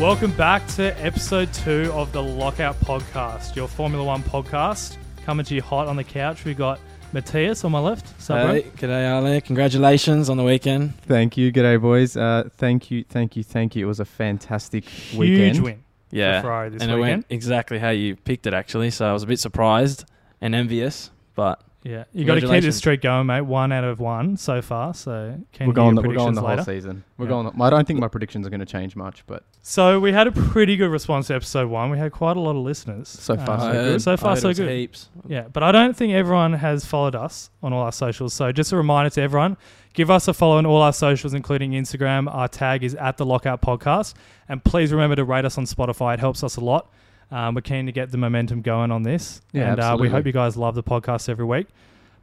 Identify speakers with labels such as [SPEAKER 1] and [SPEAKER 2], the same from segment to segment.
[SPEAKER 1] Welcome back to episode two of the Lockout Podcast, your Formula One podcast. Coming to you hot on the couch, we got Matthias on my left. Sup, bro?
[SPEAKER 2] Hey, g'day, Ali. Congratulations on the weekend.
[SPEAKER 3] Thank you, g'day boys. Uh, thank you, thank you, thank you. It was a fantastic weekend.
[SPEAKER 1] Huge win
[SPEAKER 2] Yeah.
[SPEAKER 1] for Ferrari this
[SPEAKER 2] and it
[SPEAKER 1] weekend.
[SPEAKER 2] went exactly how you picked it, actually. So I was a bit surprised and envious, but
[SPEAKER 1] Yeah, you got to keep this
[SPEAKER 2] Congratulations.
[SPEAKER 1] streak going, mate. One out of one so far. So can
[SPEAKER 3] We're
[SPEAKER 1] you
[SPEAKER 3] going,
[SPEAKER 1] your
[SPEAKER 3] the, we're going
[SPEAKER 1] predictions
[SPEAKER 3] the
[SPEAKER 1] later?
[SPEAKER 3] whole season. We're
[SPEAKER 1] Yeah.
[SPEAKER 3] going. The, I don't think my predictions are going to change much, but
[SPEAKER 1] So we had a pretty good response to episode one. We had quite a lot of listeners.
[SPEAKER 3] So far, so
[SPEAKER 2] I
[SPEAKER 1] Uh,
[SPEAKER 2] heard-
[SPEAKER 1] So
[SPEAKER 2] I
[SPEAKER 1] far,
[SPEAKER 2] heard
[SPEAKER 1] so
[SPEAKER 2] it was
[SPEAKER 1] good.
[SPEAKER 2] Heaps.
[SPEAKER 1] Yeah, but I don't think everyone has followed us on all our socials. So just a reminder to everyone, give us a follow on all our socials, including Instagram. Our tag is at the Lockout Podcast. And please remember to rate us on Spotify. It helps us a lot. Um, we're keen to get the momentum going on this.
[SPEAKER 3] Yeah,
[SPEAKER 1] and uh, we
[SPEAKER 3] absolutely.
[SPEAKER 1] hope you guys love the podcast every week.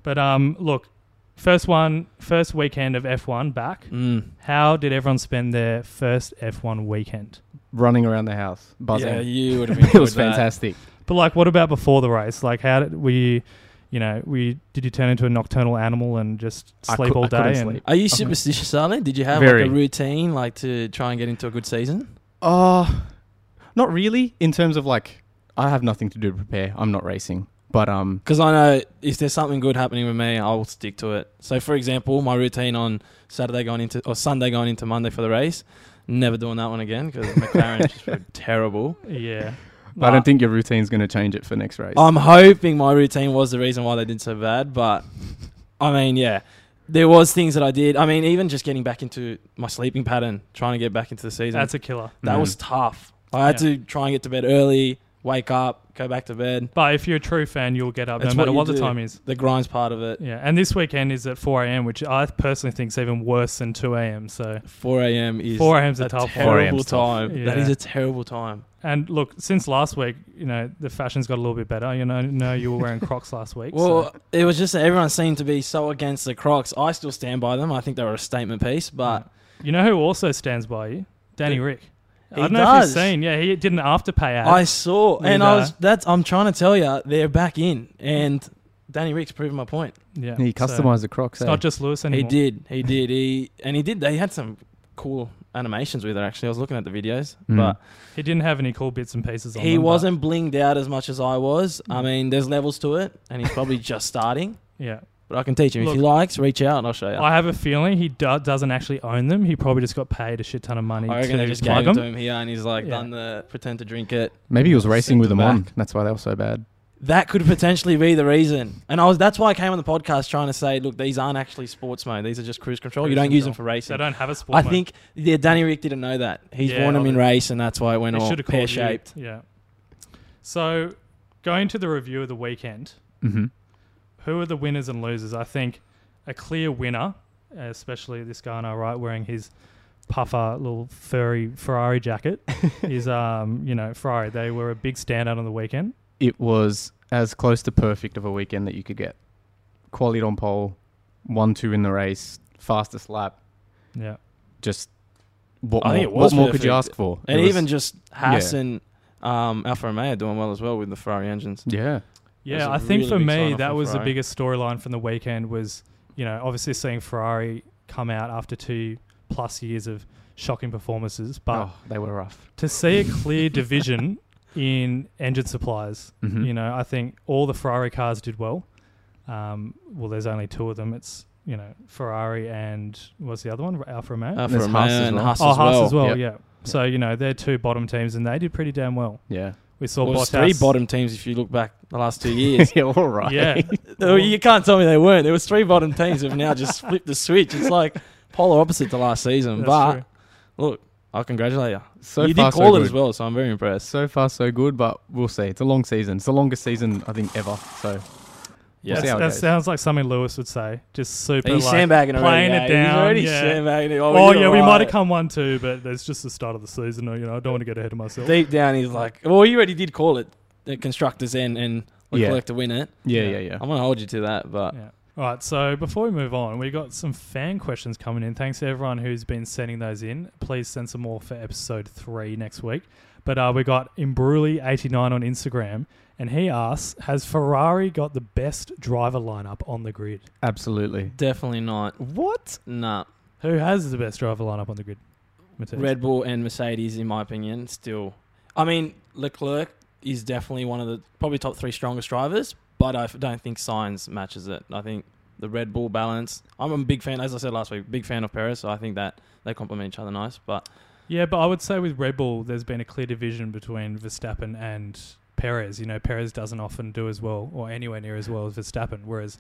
[SPEAKER 1] But um, look, first one, first weekend of F1 back.
[SPEAKER 2] Mm.
[SPEAKER 1] How did everyone spend their first F1 weekend?
[SPEAKER 3] running around the house, buzzing.
[SPEAKER 2] Yeah, you would have been.
[SPEAKER 3] it was fantastic.
[SPEAKER 1] But like, what about before the race? Like, how did we, you know, we did you turn into a nocturnal animal and just
[SPEAKER 3] I
[SPEAKER 1] sleep
[SPEAKER 3] cou-
[SPEAKER 1] all
[SPEAKER 3] I
[SPEAKER 1] day?
[SPEAKER 3] couldn't
[SPEAKER 1] and
[SPEAKER 3] sleep.
[SPEAKER 2] Are you superstitious, Ali? Did you have
[SPEAKER 3] Very.
[SPEAKER 2] like a routine, like to try and get into a good season?
[SPEAKER 3] Uh, not really. In terms of like, I have nothing to do to prepare. I'm not racing, but um,
[SPEAKER 2] Because I know if there's something good happening with me, I'll stick to it. So, for example, my routine on Saturday going into or Sunday going into Monday for the race, never doing that one again because McLaren just were terrible.
[SPEAKER 1] yeah,
[SPEAKER 3] I
[SPEAKER 2] Nah.
[SPEAKER 3] don't think your routine's going to change it for next race.
[SPEAKER 2] I'm hoping my routine was the reason why they did so bad, but I mean, yeah, there was things that I did. I mean, even just getting back into my sleeping pattern, trying to get back into the season.
[SPEAKER 1] that's a killer.
[SPEAKER 2] that
[SPEAKER 3] Mm.
[SPEAKER 2] was tough. I had
[SPEAKER 1] Yeah.
[SPEAKER 2] to try and get to bed early, wake up, go back to bed.
[SPEAKER 1] But if you're a true fan, you'll get up
[SPEAKER 2] That's
[SPEAKER 1] no matter
[SPEAKER 2] what you
[SPEAKER 1] what the
[SPEAKER 2] do.
[SPEAKER 1] time is.
[SPEAKER 2] The grind's part of it.
[SPEAKER 1] Yeah, and this weekend is at 4 a.m., which I personally think is even worse than 2 a.m. So,
[SPEAKER 2] 4 a.m. is
[SPEAKER 1] 4 a.m. 's a
[SPEAKER 2] a
[SPEAKER 1] tough one.
[SPEAKER 3] 4 a.m.
[SPEAKER 2] terrible
[SPEAKER 3] 's tough.
[SPEAKER 2] time.
[SPEAKER 1] Yeah.
[SPEAKER 2] That is a terrible time.
[SPEAKER 1] and look, since last week, you know, the fashion's got a little bit better. You know, no, you were wearing Crocs last week.
[SPEAKER 2] Well,
[SPEAKER 1] so.
[SPEAKER 2] it was just that everyone seemed to be so against the Crocs. I still stand by them. I think they were a statement piece, but
[SPEAKER 1] Mm. you know who also stands by you? Danny
[SPEAKER 2] Yeah.
[SPEAKER 1] Rick. I
[SPEAKER 2] He
[SPEAKER 1] don't know
[SPEAKER 2] does.
[SPEAKER 1] if you've seen. Yeah, he did an afterpay ad.
[SPEAKER 2] I saw,
[SPEAKER 1] With,
[SPEAKER 2] and I was
[SPEAKER 1] uh,
[SPEAKER 2] that's. I'm trying to tell you, they're back in, and Danny Rick's proving my point.
[SPEAKER 1] yeah,
[SPEAKER 3] he
[SPEAKER 1] so
[SPEAKER 3] customized the Crocs.
[SPEAKER 1] It's
[SPEAKER 3] eh?
[SPEAKER 1] not just Lewis anymore.
[SPEAKER 2] He did, he did, he and he did. They had some cool animations with it. Actually, I was looking at the videos,
[SPEAKER 3] Mm.
[SPEAKER 2] but
[SPEAKER 1] He didn't have any cool bits and pieces on
[SPEAKER 2] he
[SPEAKER 1] them, but-
[SPEAKER 2] wasn't blinged out as much as I was. I
[SPEAKER 1] Mm.
[SPEAKER 2] mean, there's levels to it, and he's probably just starting.
[SPEAKER 1] Yeah.
[SPEAKER 2] But I can teach him if he
[SPEAKER 1] Look,
[SPEAKER 2] likes. Reach out, and I'll show you. I,
[SPEAKER 1] I have a feeling he do- doesn't actually own them. He probably just got paid a shit ton of money
[SPEAKER 2] reckon they
[SPEAKER 1] to
[SPEAKER 2] just
[SPEAKER 1] plug
[SPEAKER 2] gave it to
[SPEAKER 1] them.
[SPEAKER 2] him here, and he's like
[SPEAKER 1] Yeah.
[SPEAKER 2] done the pretend to drink it.
[SPEAKER 3] Maybe he was racing with
[SPEAKER 2] Sent
[SPEAKER 3] them
[SPEAKER 2] them
[SPEAKER 3] on.
[SPEAKER 2] back.
[SPEAKER 3] That's why they were so bad.
[SPEAKER 2] That could potentially be the reason. And I was that's why I came on the podcast trying to say, look, these aren't actually sports mode. These are just cruise control. you
[SPEAKER 1] Cruise
[SPEAKER 2] don't use them
[SPEAKER 1] control.
[SPEAKER 2] for racing.
[SPEAKER 1] They don't have a sport.
[SPEAKER 2] I
[SPEAKER 1] mode.
[SPEAKER 2] think yeah, Danny Rick didn't know that. He's
[SPEAKER 1] Yeah,
[SPEAKER 2] worn them in
[SPEAKER 1] obvi-
[SPEAKER 2] race, and that's why it went
[SPEAKER 1] They
[SPEAKER 2] all
[SPEAKER 1] should've called you.
[SPEAKER 2] pear shaped.
[SPEAKER 1] Yeah. So, going to the review of the weekend,
[SPEAKER 3] Mm-hmm.
[SPEAKER 1] who are the winners and losers? I think a clear winner, especially this guy on our right wearing his puffer little furry Ferrari jacket, is um you know Ferrari. They were a big standout on the weekend.
[SPEAKER 3] it was as close to perfect of a weekend that you could get. Quality on pole, one two in the race, fastest lap.
[SPEAKER 1] Yeah.
[SPEAKER 3] Just what
[SPEAKER 2] I
[SPEAKER 3] more,
[SPEAKER 2] think it was
[SPEAKER 3] what more could you
[SPEAKER 2] perfect.
[SPEAKER 3] ask for?
[SPEAKER 2] And
[SPEAKER 3] It was-
[SPEAKER 2] even just Haas and um, Alfa Romeo doing well as well with the Ferrari engines.
[SPEAKER 3] yeah,
[SPEAKER 1] Yeah,
[SPEAKER 2] That's a
[SPEAKER 1] I think
[SPEAKER 2] really
[SPEAKER 1] for
[SPEAKER 2] big
[SPEAKER 1] me
[SPEAKER 2] sign-off
[SPEAKER 1] that
[SPEAKER 2] for
[SPEAKER 1] was the
[SPEAKER 2] Ferrari.
[SPEAKER 1] biggest storyline from the weekend was, you know, obviously seeing Ferrari come out after two plus years of shocking performances, but
[SPEAKER 3] oh, they were rough.
[SPEAKER 1] to see a clear division in engine supplies,
[SPEAKER 2] Mm-hmm. Mm.
[SPEAKER 3] Mhm.
[SPEAKER 1] you know, I think all the Ferrari cars did well. Um, well, there's only two of them. It's you know Ferrari and what's the other one? Alfa Romeo.
[SPEAKER 2] Alfa
[SPEAKER 3] There's
[SPEAKER 2] Romeo
[SPEAKER 3] Haas as
[SPEAKER 2] and
[SPEAKER 3] well.
[SPEAKER 2] Uh, Haas
[SPEAKER 1] oh,
[SPEAKER 2] as
[SPEAKER 1] Haas
[SPEAKER 2] well.
[SPEAKER 1] as well.
[SPEAKER 3] Yep.
[SPEAKER 1] Yeah. So you know they're two bottom teams, and they did pretty damn well.
[SPEAKER 3] Yeah,
[SPEAKER 1] We saw
[SPEAKER 2] Well, it's
[SPEAKER 1] Bottas.
[SPEAKER 2] three bottom teams if you look back the last two years.
[SPEAKER 3] yeah, all right.
[SPEAKER 1] Yeah.
[SPEAKER 2] Oh, you can't tell me they weren't. There was three bottom teams who've now just flipped the switch. It's like polar opposite to last season.
[SPEAKER 1] That's
[SPEAKER 2] but
[SPEAKER 1] true.
[SPEAKER 2] look, I congratulate you.
[SPEAKER 3] So
[SPEAKER 2] you
[SPEAKER 3] far,
[SPEAKER 2] did call
[SPEAKER 3] so
[SPEAKER 2] it
[SPEAKER 3] good.
[SPEAKER 2] as well, so I'm very impressed.
[SPEAKER 3] So far, so good, but we'll see. It's a long season. It's the longest season I think ever. So
[SPEAKER 2] Yeah,
[SPEAKER 3] We'll see
[SPEAKER 1] That's-
[SPEAKER 3] how it
[SPEAKER 1] that
[SPEAKER 3] goes.
[SPEAKER 1] sounds like something Lewis would say. Just super
[SPEAKER 2] he's
[SPEAKER 1] like
[SPEAKER 2] sandbagging already.
[SPEAKER 1] playing
[SPEAKER 2] eh?
[SPEAKER 1] it down.
[SPEAKER 2] He's already
[SPEAKER 1] yeah.
[SPEAKER 2] sandbagging. Oh,
[SPEAKER 1] Oh,
[SPEAKER 2] you're
[SPEAKER 1] yeah, we might
[SPEAKER 2] right.
[SPEAKER 1] have come one too, but it's just the start of the season. Or, you know, I don't want to get ahead of myself.
[SPEAKER 2] Deep down, he's like, well, you already did call it the constructors end and
[SPEAKER 3] Yeah.
[SPEAKER 2] Leclerc to win it.
[SPEAKER 3] yeah,
[SPEAKER 1] Yeah.
[SPEAKER 3] yeah, yeah.
[SPEAKER 2] I'm gonna hold you to that, but
[SPEAKER 1] yeah. All right. So before we move on, we got some fan questions coming in. Thanks to everyone who's been sending those in. Please send some more for episode three next week. But uh, we got Imbruli89 on Instagram, and he asks Has Ferrari got the best driver lineup on the grid?
[SPEAKER 3] Absolutely.
[SPEAKER 2] definitely not.
[SPEAKER 1] What?
[SPEAKER 2] Nah,
[SPEAKER 1] Who has the best driver lineup on the grid? Matisse.
[SPEAKER 2] Red Bull and Mercedes, in my opinion, still. I mean, Leclerc is definitely one of the probably top three strongest drivers, but I f- don't think Signs matches it. I think the Red Bull balance. I'm a big fan, as I said last week, big fan of Perez. So I think that they complement each other nice. But
[SPEAKER 1] Yeah, but I would say with Red Bull, there's been a clear division between Verstappen and Perez. You know, Perez doesn't often do as well or anywhere near as well as Verstappen, whereas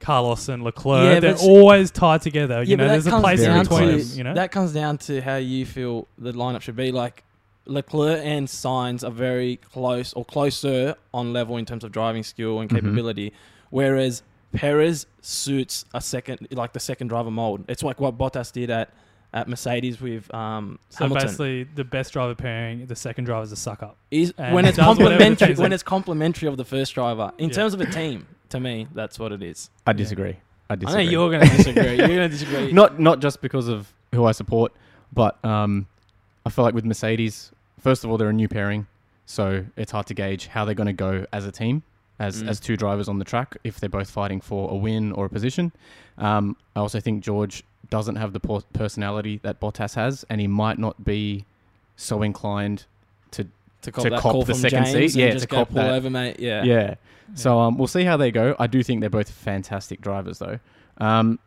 [SPEAKER 1] Carlos and Leclerc,
[SPEAKER 2] Yeah, but
[SPEAKER 1] they're
[SPEAKER 2] it's-
[SPEAKER 1] always tied together.
[SPEAKER 2] Yeah,
[SPEAKER 1] you
[SPEAKER 2] but
[SPEAKER 1] know,
[SPEAKER 2] that
[SPEAKER 1] there's a
[SPEAKER 2] comes
[SPEAKER 1] place in
[SPEAKER 3] down
[SPEAKER 1] between
[SPEAKER 3] to-
[SPEAKER 1] them, you know?
[SPEAKER 2] that comes down to how you feel the lineup should be. Like Leclerc and Signs are very close or closer on level in terms of driving skill and
[SPEAKER 3] Mhm.
[SPEAKER 2] capability, whereas Perez suits a second like the second driver mold. It's like what Bottas did at at Mercedes with um,
[SPEAKER 1] so
[SPEAKER 2] Hamilton.
[SPEAKER 1] basically, the best driver pairing, the second driver's a suck up.
[SPEAKER 2] Is
[SPEAKER 1] and
[SPEAKER 2] when it's
[SPEAKER 1] does whatever the
[SPEAKER 2] complementary
[SPEAKER 1] team's
[SPEAKER 2] when
[SPEAKER 1] in.
[SPEAKER 2] it's complementary of the first driver in
[SPEAKER 1] Yeah.
[SPEAKER 2] terms of a team. To me, that's what it is.
[SPEAKER 3] I
[SPEAKER 1] Yeah.
[SPEAKER 3] disagree. I
[SPEAKER 2] I
[SPEAKER 3] disagree.
[SPEAKER 2] know you're going to disagree. you're going to disagree.
[SPEAKER 3] not not just because of who I support, but um, I feel like with Mercedes, first of all, they're a new pairing, so it's hard to gauge how they're going to go as a team, as
[SPEAKER 2] Mm.
[SPEAKER 3] as two drivers on the track, if they're both fighting for a win or a position. Um, I also think George doesn't have the por- personality that Bottas has, and he might not be so inclined.
[SPEAKER 2] to cop
[SPEAKER 3] to
[SPEAKER 2] that
[SPEAKER 3] cop
[SPEAKER 2] call
[SPEAKER 3] the
[SPEAKER 2] from
[SPEAKER 3] second
[SPEAKER 2] James
[SPEAKER 3] seat.
[SPEAKER 2] and
[SPEAKER 3] Yeah,
[SPEAKER 2] just
[SPEAKER 3] to
[SPEAKER 2] go
[SPEAKER 3] cop
[SPEAKER 2] pull
[SPEAKER 3] that.
[SPEAKER 2] over, mate. Yeah.
[SPEAKER 3] yeah. So um, we'll see how they go. I do think they're both fantastic drivers, though. Um,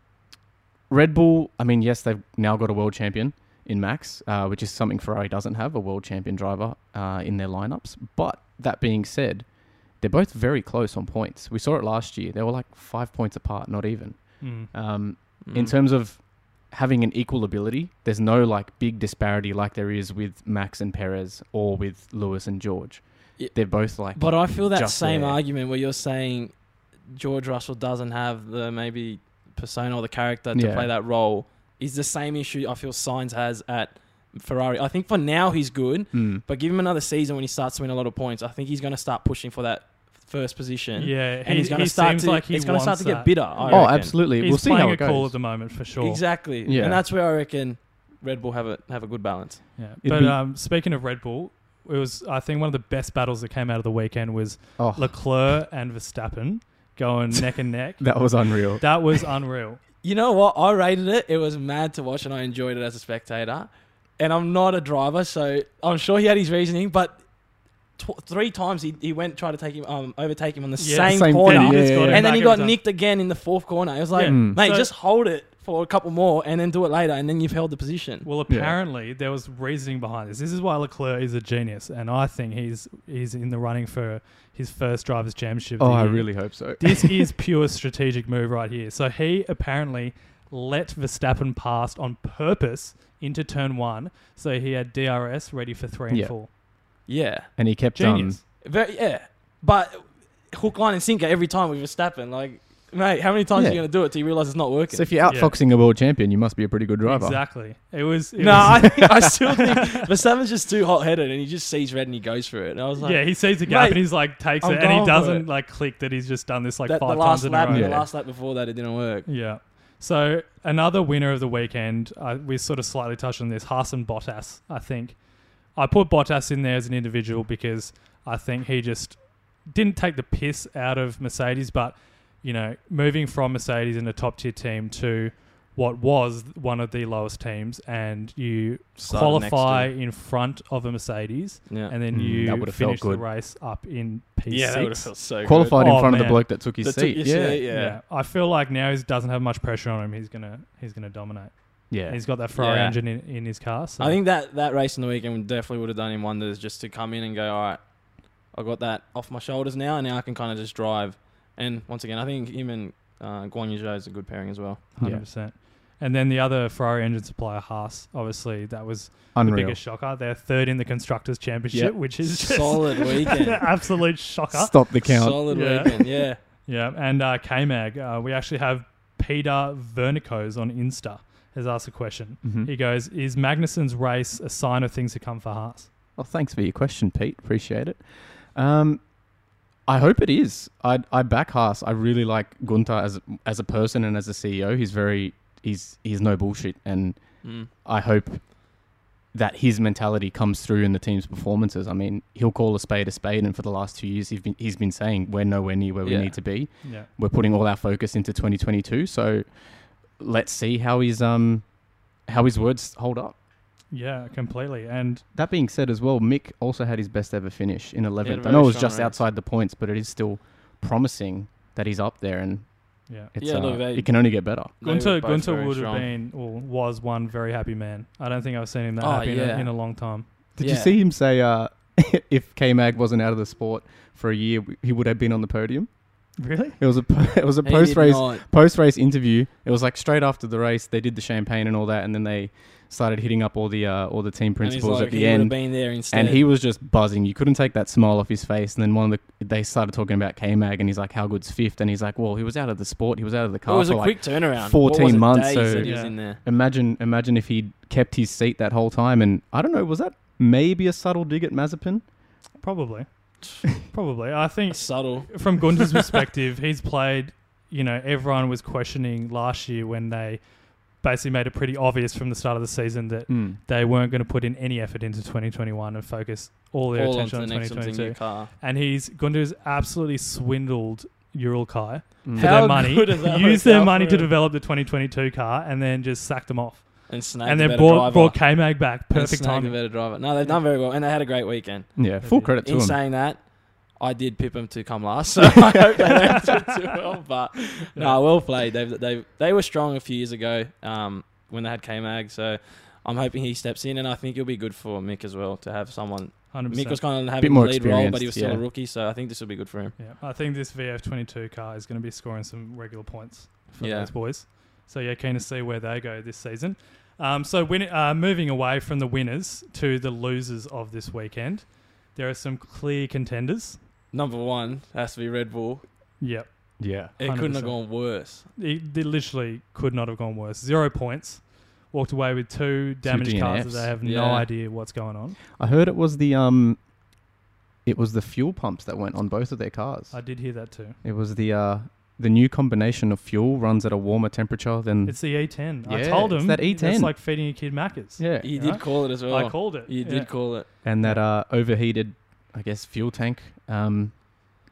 [SPEAKER 3] Red Bull, I mean, yes, they've now got a world champion in Max, uh, which is something Ferrari doesn't have a world champion driver uh, in their lineups. But that being said, they're both very close on points. We saw it last year. They were like five points apart, not even.
[SPEAKER 1] Mm.
[SPEAKER 3] Um,
[SPEAKER 2] Mm.
[SPEAKER 3] in terms of having an equal ability, there's no like big disparity like there is with Max and Perez or with Lewis and George.
[SPEAKER 2] Yeah.
[SPEAKER 3] They're both like
[SPEAKER 2] But I feel that
[SPEAKER 3] just
[SPEAKER 2] same
[SPEAKER 3] there.
[SPEAKER 2] argument where you're saying George Russell doesn't have the maybe persona or the character to
[SPEAKER 3] Yeah.
[SPEAKER 2] play that role is the same issue I feel Signs has at Ferrari. I think for now he's good,
[SPEAKER 3] Mm.
[SPEAKER 2] but give him another season when he starts to win a lot of points. I think he's going to start pushing for that first position.
[SPEAKER 1] Yeah,
[SPEAKER 2] And he's
[SPEAKER 1] he-
[SPEAKER 2] going to
[SPEAKER 1] he
[SPEAKER 2] start
[SPEAKER 1] seems
[SPEAKER 2] to
[SPEAKER 1] like he
[SPEAKER 2] it's going to start
[SPEAKER 1] wants
[SPEAKER 2] to get
[SPEAKER 1] that.
[SPEAKER 2] bitter. I
[SPEAKER 3] Oh,
[SPEAKER 2] reckon.
[SPEAKER 3] absolutely.
[SPEAKER 1] He's
[SPEAKER 3] we'll see
[SPEAKER 1] playing
[SPEAKER 3] how
[SPEAKER 1] a
[SPEAKER 3] it goes.
[SPEAKER 1] cool at the moment for sure.
[SPEAKER 2] Exactly.
[SPEAKER 3] Yeah.
[SPEAKER 2] And that's where I reckon Red Bull have a have a good balance.
[SPEAKER 1] Yeah.
[SPEAKER 3] It'd
[SPEAKER 1] But
[SPEAKER 3] be-
[SPEAKER 1] um, speaking of Red Bull, it was I think one of the best battles that came out of the weekend was
[SPEAKER 3] Oh,
[SPEAKER 1] Leclerc and Verstappen going neck and neck.
[SPEAKER 3] that was unreal.
[SPEAKER 1] That was unreal.
[SPEAKER 2] You know what? I rated it. It was mad to watch, and I enjoyed it as a spectator. And I'm not a driver, so I'm sure he had his reasoning. But tw- three times he, he went try to take him um, overtake him on the
[SPEAKER 1] Yeah,
[SPEAKER 2] same,
[SPEAKER 3] same
[SPEAKER 2] corner,
[SPEAKER 3] thing, Oh, yeah,
[SPEAKER 1] just
[SPEAKER 3] yeah,
[SPEAKER 1] got
[SPEAKER 3] yeah.
[SPEAKER 1] him
[SPEAKER 2] and then
[SPEAKER 1] back
[SPEAKER 2] he
[SPEAKER 1] every
[SPEAKER 2] got
[SPEAKER 1] time.
[SPEAKER 2] nicked again in the fourth corner. It was like,
[SPEAKER 1] Yeah.
[SPEAKER 3] Mm.
[SPEAKER 2] mate,
[SPEAKER 1] So-
[SPEAKER 2] just hold it for a couple more, and then do it later, and then you've held the position.
[SPEAKER 1] Well,
[SPEAKER 3] Yeah.
[SPEAKER 1] apparently there was reasoning behind this. This is why Leclerc is a genius, and I think he's he's in the running for his first drivers' championship. of
[SPEAKER 3] Oh,
[SPEAKER 1] the
[SPEAKER 3] I
[SPEAKER 1] year.
[SPEAKER 3] really hope so.
[SPEAKER 1] This is pure strategic move right here. So he apparently let Verstappen pass on purpose into turn one, so he had DRS ready for three and
[SPEAKER 3] Yeah.
[SPEAKER 1] four.
[SPEAKER 2] yeah,
[SPEAKER 3] And he kept um,
[SPEAKER 1] Genius.
[SPEAKER 2] very yeah. But hook, line, and sinker every time with Verstappen. Like, mate, how many times are
[SPEAKER 3] Yeah.
[SPEAKER 2] you gonna do it till you realize it's not working?
[SPEAKER 3] So if you're outfoxing a world champion, you must be a pretty good driver.
[SPEAKER 1] Exactly. It was. It
[SPEAKER 2] No,
[SPEAKER 1] was-
[SPEAKER 2] I, think, I still think Verstappen's just too hot headed and he just sees red and he goes for it. And I was like,
[SPEAKER 1] yeah, he sees the gap
[SPEAKER 2] Mate,
[SPEAKER 1] and he's like takes
[SPEAKER 2] I'm
[SPEAKER 1] it, and
[SPEAKER 2] going
[SPEAKER 1] he
[SPEAKER 2] for
[SPEAKER 1] doesn't
[SPEAKER 2] it.
[SPEAKER 1] like click that he's just done this like
[SPEAKER 2] that, the
[SPEAKER 1] five
[SPEAKER 2] last
[SPEAKER 1] times in
[SPEAKER 2] lap,
[SPEAKER 1] a row.
[SPEAKER 2] the
[SPEAKER 3] Yeah.
[SPEAKER 2] last lap before that, it didn't work.
[SPEAKER 1] Yeah. So another winner of the weekend, I we sort of slightly touched on this, Haas and Bottas, I think. I put Bottas in there as an individual because I think he just didn't take the piss out of Mercedes, but, you know, moving from Mercedes in a top tier team to what was one of the lowest teams and you
[SPEAKER 2] Started next
[SPEAKER 1] qualify in front of a Mercedes
[SPEAKER 2] Yeah,
[SPEAKER 1] and then
[SPEAKER 3] Mm,
[SPEAKER 1] you
[SPEAKER 3] that would've felt
[SPEAKER 1] finish the
[SPEAKER 3] good.
[SPEAKER 1] race up in P6.
[SPEAKER 2] that would have felt so
[SPEAKER 3] Qualified
[SPEAKER 1] Oh,
[SPEAKER 3] in front of
[SPEAKER 1] man.
[SPEAKER 3] the bloke that took his
[SPEAKER 2] That took
[SPEAKER 3] seat.
[SPEAKER 2] your
[SPEAKER 3] yeah.
[SPEAKER 2] seat, yeah.
[SPEAKER 1] I feel like now he doesn't have much pressure on him. He's gonna he's gonna dominate.
[SPEAKER 3] yeah.
[SPEAKER 1] And He's got that Ferrari
[SPEAKER 2] Yeah.
[SPEAKER 1] engine in, in his car. So.
[SPEAKER 2] I think that that race in the weekend definitely would have done him wonders just to come in and go, all right, I got that off my shoulders now, and now I can kind of just drive. And once again, I think him and uh, Guan Yu Zhou is a good pairing as well.
[SPEAKER 3] yeah.
[SPEAKER 1] 100%. And then the other Ferrari engine supplier, Haas, obviously that was the
[SPEAKER 3] Unreal.
[SPEAKER 1] biggest shocker. They're third in the constructors' championship,
[SPEAKER 3] Yep.
[SPEAKER 1] which is just
[SPEAKER 2] Solid
[SPEAKER 1] an
[SPEAKER 2] weekend.
[SPEAKER 1] absolute shocker.
[SPEAKER 3] Stop the count.
[SPEAKER 2] Solid
[SPEAKER 1] Yeah.
[SPEAKER 2] weekend, yeah.
[SPEAKER 1] Yeah, and uh, K-Mag, uh, we actually have Peter Vernikos on Insta has asked a question.
[SPEAKER 3] Mhm.
[SPEAKER 1] He goes, "Is Magnuson's race a sign of things to come for Haas?"
[SPEAKER 3] Well, thanks for your question, Pete. Appreciate it. Um, I hope it is. I I back Haas. I really like Gunter as as a person and as a CEO. He's very he's he's no bullshit, and
[SPEAKER 2] Mm.
[SPEAKER 3] I hope that his mentality comes through in the team's performances. I mean, he'll call a spade a spade, and for the last two years, he's been he's been saying we're nowhere near where
[SPEAKER 2] Yeah.
[SPEAKER 3] we need to be.
[SPEAKER 1] Yeah,
[SPEAKER 3] We're putting all our focus into 2022, so let's see how his um how his words hold up.
[SPEAKER 1] Yeah, completely. And
[SPEAKER 3] That being said, as well, Mick also had his best ever finish in 11th. I
[SPEAKER 2] very
[SPEAKER 3] know it was
[SPEAKER 2] strong
[SPEAKER 3] just
[SPEAKER 2] race.
[SPEAKER 3] outside the points, but it is still promising that he's up there, and
[SPEAKER 1] yeah.
[SPEAKER 3] it's,
[SPEAKER 2] Yeah,
[SPEAKER 3] uh,
[SPEAKER 2] look, they-
[SPEAKER 3] it can only get better.
[SPEAKER 2] They were
[SPEAKER 1] Gunter,
[SPEAKER 2] both
[SPEAKER 1] Gunter
[SPEAKER 2] very
[SPEAKER 1] would
[SPEAKER 2] strong.
[SPEAKER 1] have been or was one very happy man. I don't think I've seen him that
[SPEAKER 2] Oh,
[SPEAKER 1] happy in,
[SPEAKER 2] yeah.
[SPEAKER 1] a, in a long time.
[SPEAKER 3] Did you
[SPEAKER 2] Yeah.
[SPEAKER 3] see him say uh, if K Mag wasn't out of the sport for a year, he would have been on the podium?
[SPEAKER 1] Really?
[SPEAKER 3] It was a po- it was a
[SPEAKER 2] He did
[SPEAKER 3] post race
[SPEAKER 2] not-
[SPEAKER 3] post race interview. It was like straight after the race. They did the champagne and all that, and then they started hitting up all the uh, all the team
[SPEAKER 2] and he's
[SPEAKER 3] principals
[SPEAKER 2] like,
[SPEAKER 3] at
[SPEAKER 2] he
[SPEAKER 3] the
[SPEAKER 2] would've
[SPEAKER 3] end.
[SPEAKER 2] been there instead.
[SPEAKER 3] And he was just buzzing. You couldn't take that smile off his face. And then one of the they started talking about K Mag, and he's like, "How good's fifth? And he's like, "Well, he was out of the sport. He was out of the car
[SPEAKER 2] It was
[SPEAKER 3] for
[SPEAKER 2] a
[SPEAKER 3] like
[SPEAKER 2] quick turnaround.
[SPEAKER 3] 14
[SPEAKER 2] What was it,
[SPEAKER 3] months,
[SPEAKER 2] days
[SPEAKER 3] so-
[SPEAKER 2] that he was
[SPEAKER 1] Yeah.
[SPEAKER 2] in there.
[SPEAKER 3] Imagine, imagine if he'd kept his seat that whole time, and I don't know, was that maybe a subtle dig at Mazepin?
[SPEAKER 1] Probably. Probably. I think
[SPEAKER 2] Subtle.
[SPEAKER 1] from Gunter's perspective, he's played. You know, everyone was questioning last year when they basically made it pretty obvious from the start of the season that they weren't going to put in any effort into 2021 and focus all their
[SPEAKER 2] All onto
[SPEAKER 1] attention
[SPEAKER 2] the
[SPEAKER 1] on
[SPEAKER 2] next one's in your
[SPEAKER 1] 2022.
[SPEAKER 2] car.
[SPEAKER 1] And he's Gunter's absolutely swindled Ural Kai for
[SPEAKER 2] How
[SPEAKER 1] their money,
[SPEAKER 2] good is that
[SPEAKER 1] used their
[SPEAKER 2] workout
[SPEAKER 1] money
[SPEAKER 2] for
[SPEAKER 1] to
[SPEAKER 2] him?
[SPEAKER 1] develop the 2022 car, and then just sacked them off.
[SPEAKER 2] And snagged
[SPEAKER 1] and
[SPEAKER 2] a
[SPEAKER 1] then
[SPEAKER 2] better
[SPEAKER 1] brought,
[SPEAKER 2] driver.
[SPEAKER 1] brought K Mag back. Perfect
[SPEAKER 2] and snagged
[SPEAKER 1] timing.
[SPEAKER 2] a better driver. No, they've done very well, and they had a great weekend.
[SPEAKER 3] Yeah, full
[SPEAKER 1] did.
[SPEAKER 3] credit to
[SPEAKER 2] In
[SPEAKER 3] him.
[SPEAKER 2] saying that, I did pip them to come last, so I hope they don't do too well. But no, well played. They they they were strong a few years ago um, when they had K Mag. So I'm hoping he steps in, and I think it'll be good for Mick as well to have someone.
[SPEAKER 1] 100%.
[SPEAKER 2] Mick was kind of
[SPEAKER 3] Bit
[SPEAKER 2] having the
[SPEAKER 3] more
[SPEAKER 2] lead role, but
[SPEAKER 3] experienced,
[SPEAKER 2] he was still
[SPEAKER 3] yeah.
[SPEAKER 2] a rookie, so I think this will be good for him.
[SPEAKER 1] Yeah, I think this VF22 car is going to be scoring some regular points for
[SPEAKER 2] Yeah.
[SPEAKER 1] those boys. So yeah, keen to see where they go this season. Um, so win, uh, moving away from the winners to the losers of this weekend, there are some clear contenders.
[SPEAKER 2] Number one has to be Red Bull.
[SPEAKER 1] Yep,
[SPEAKER 3] Yeah,
[SPEAKER 2] It could not
[SPEAKER 1] 100%.
[SPEAKER 2] have gone worse.
[SPEAKER 1] it, they literally could not have gone worse. Zero points. Walked away with two damaged cars
[SPEAKER 3] DNFs.
[SPEAKER 1] that they have no
[SPEAKER 2] Yeah.
[SPEAKER 1] idea what's going on.
[SPEAKER 3] I heard it was the um, it was the fuel pumps that went on both of their cars.
[SPEAKER 1] I did hear that too.
[SPEAKER 3] It was the uh, the new combination of fuel runs at a warmer temperature than
[SPEAKER 1] It's the E10. I
[SPEAKER 3] Mm. Yeah,
[SPEAKER 1] told
[SPEAKER 3] it's
[SPEAKER 1] him
[SPEAKER 3] that E10.
[SPEAKER 1] It's like feeding your kid macas.
[SPEAKER 3] yeah,
[SPEAKER 2] You
[SPEAKER 1] Yeah.
[SPEAKER 2] did call it as well.
[SPEAKER 1] I called it.
[SPEAKER 2] Oh, you
[SPEAKER 1] e Yeah.
[SPEAKER 2] did call it.
[SPEAKER 3] and that uh, overheated, I guess, fuel tank um,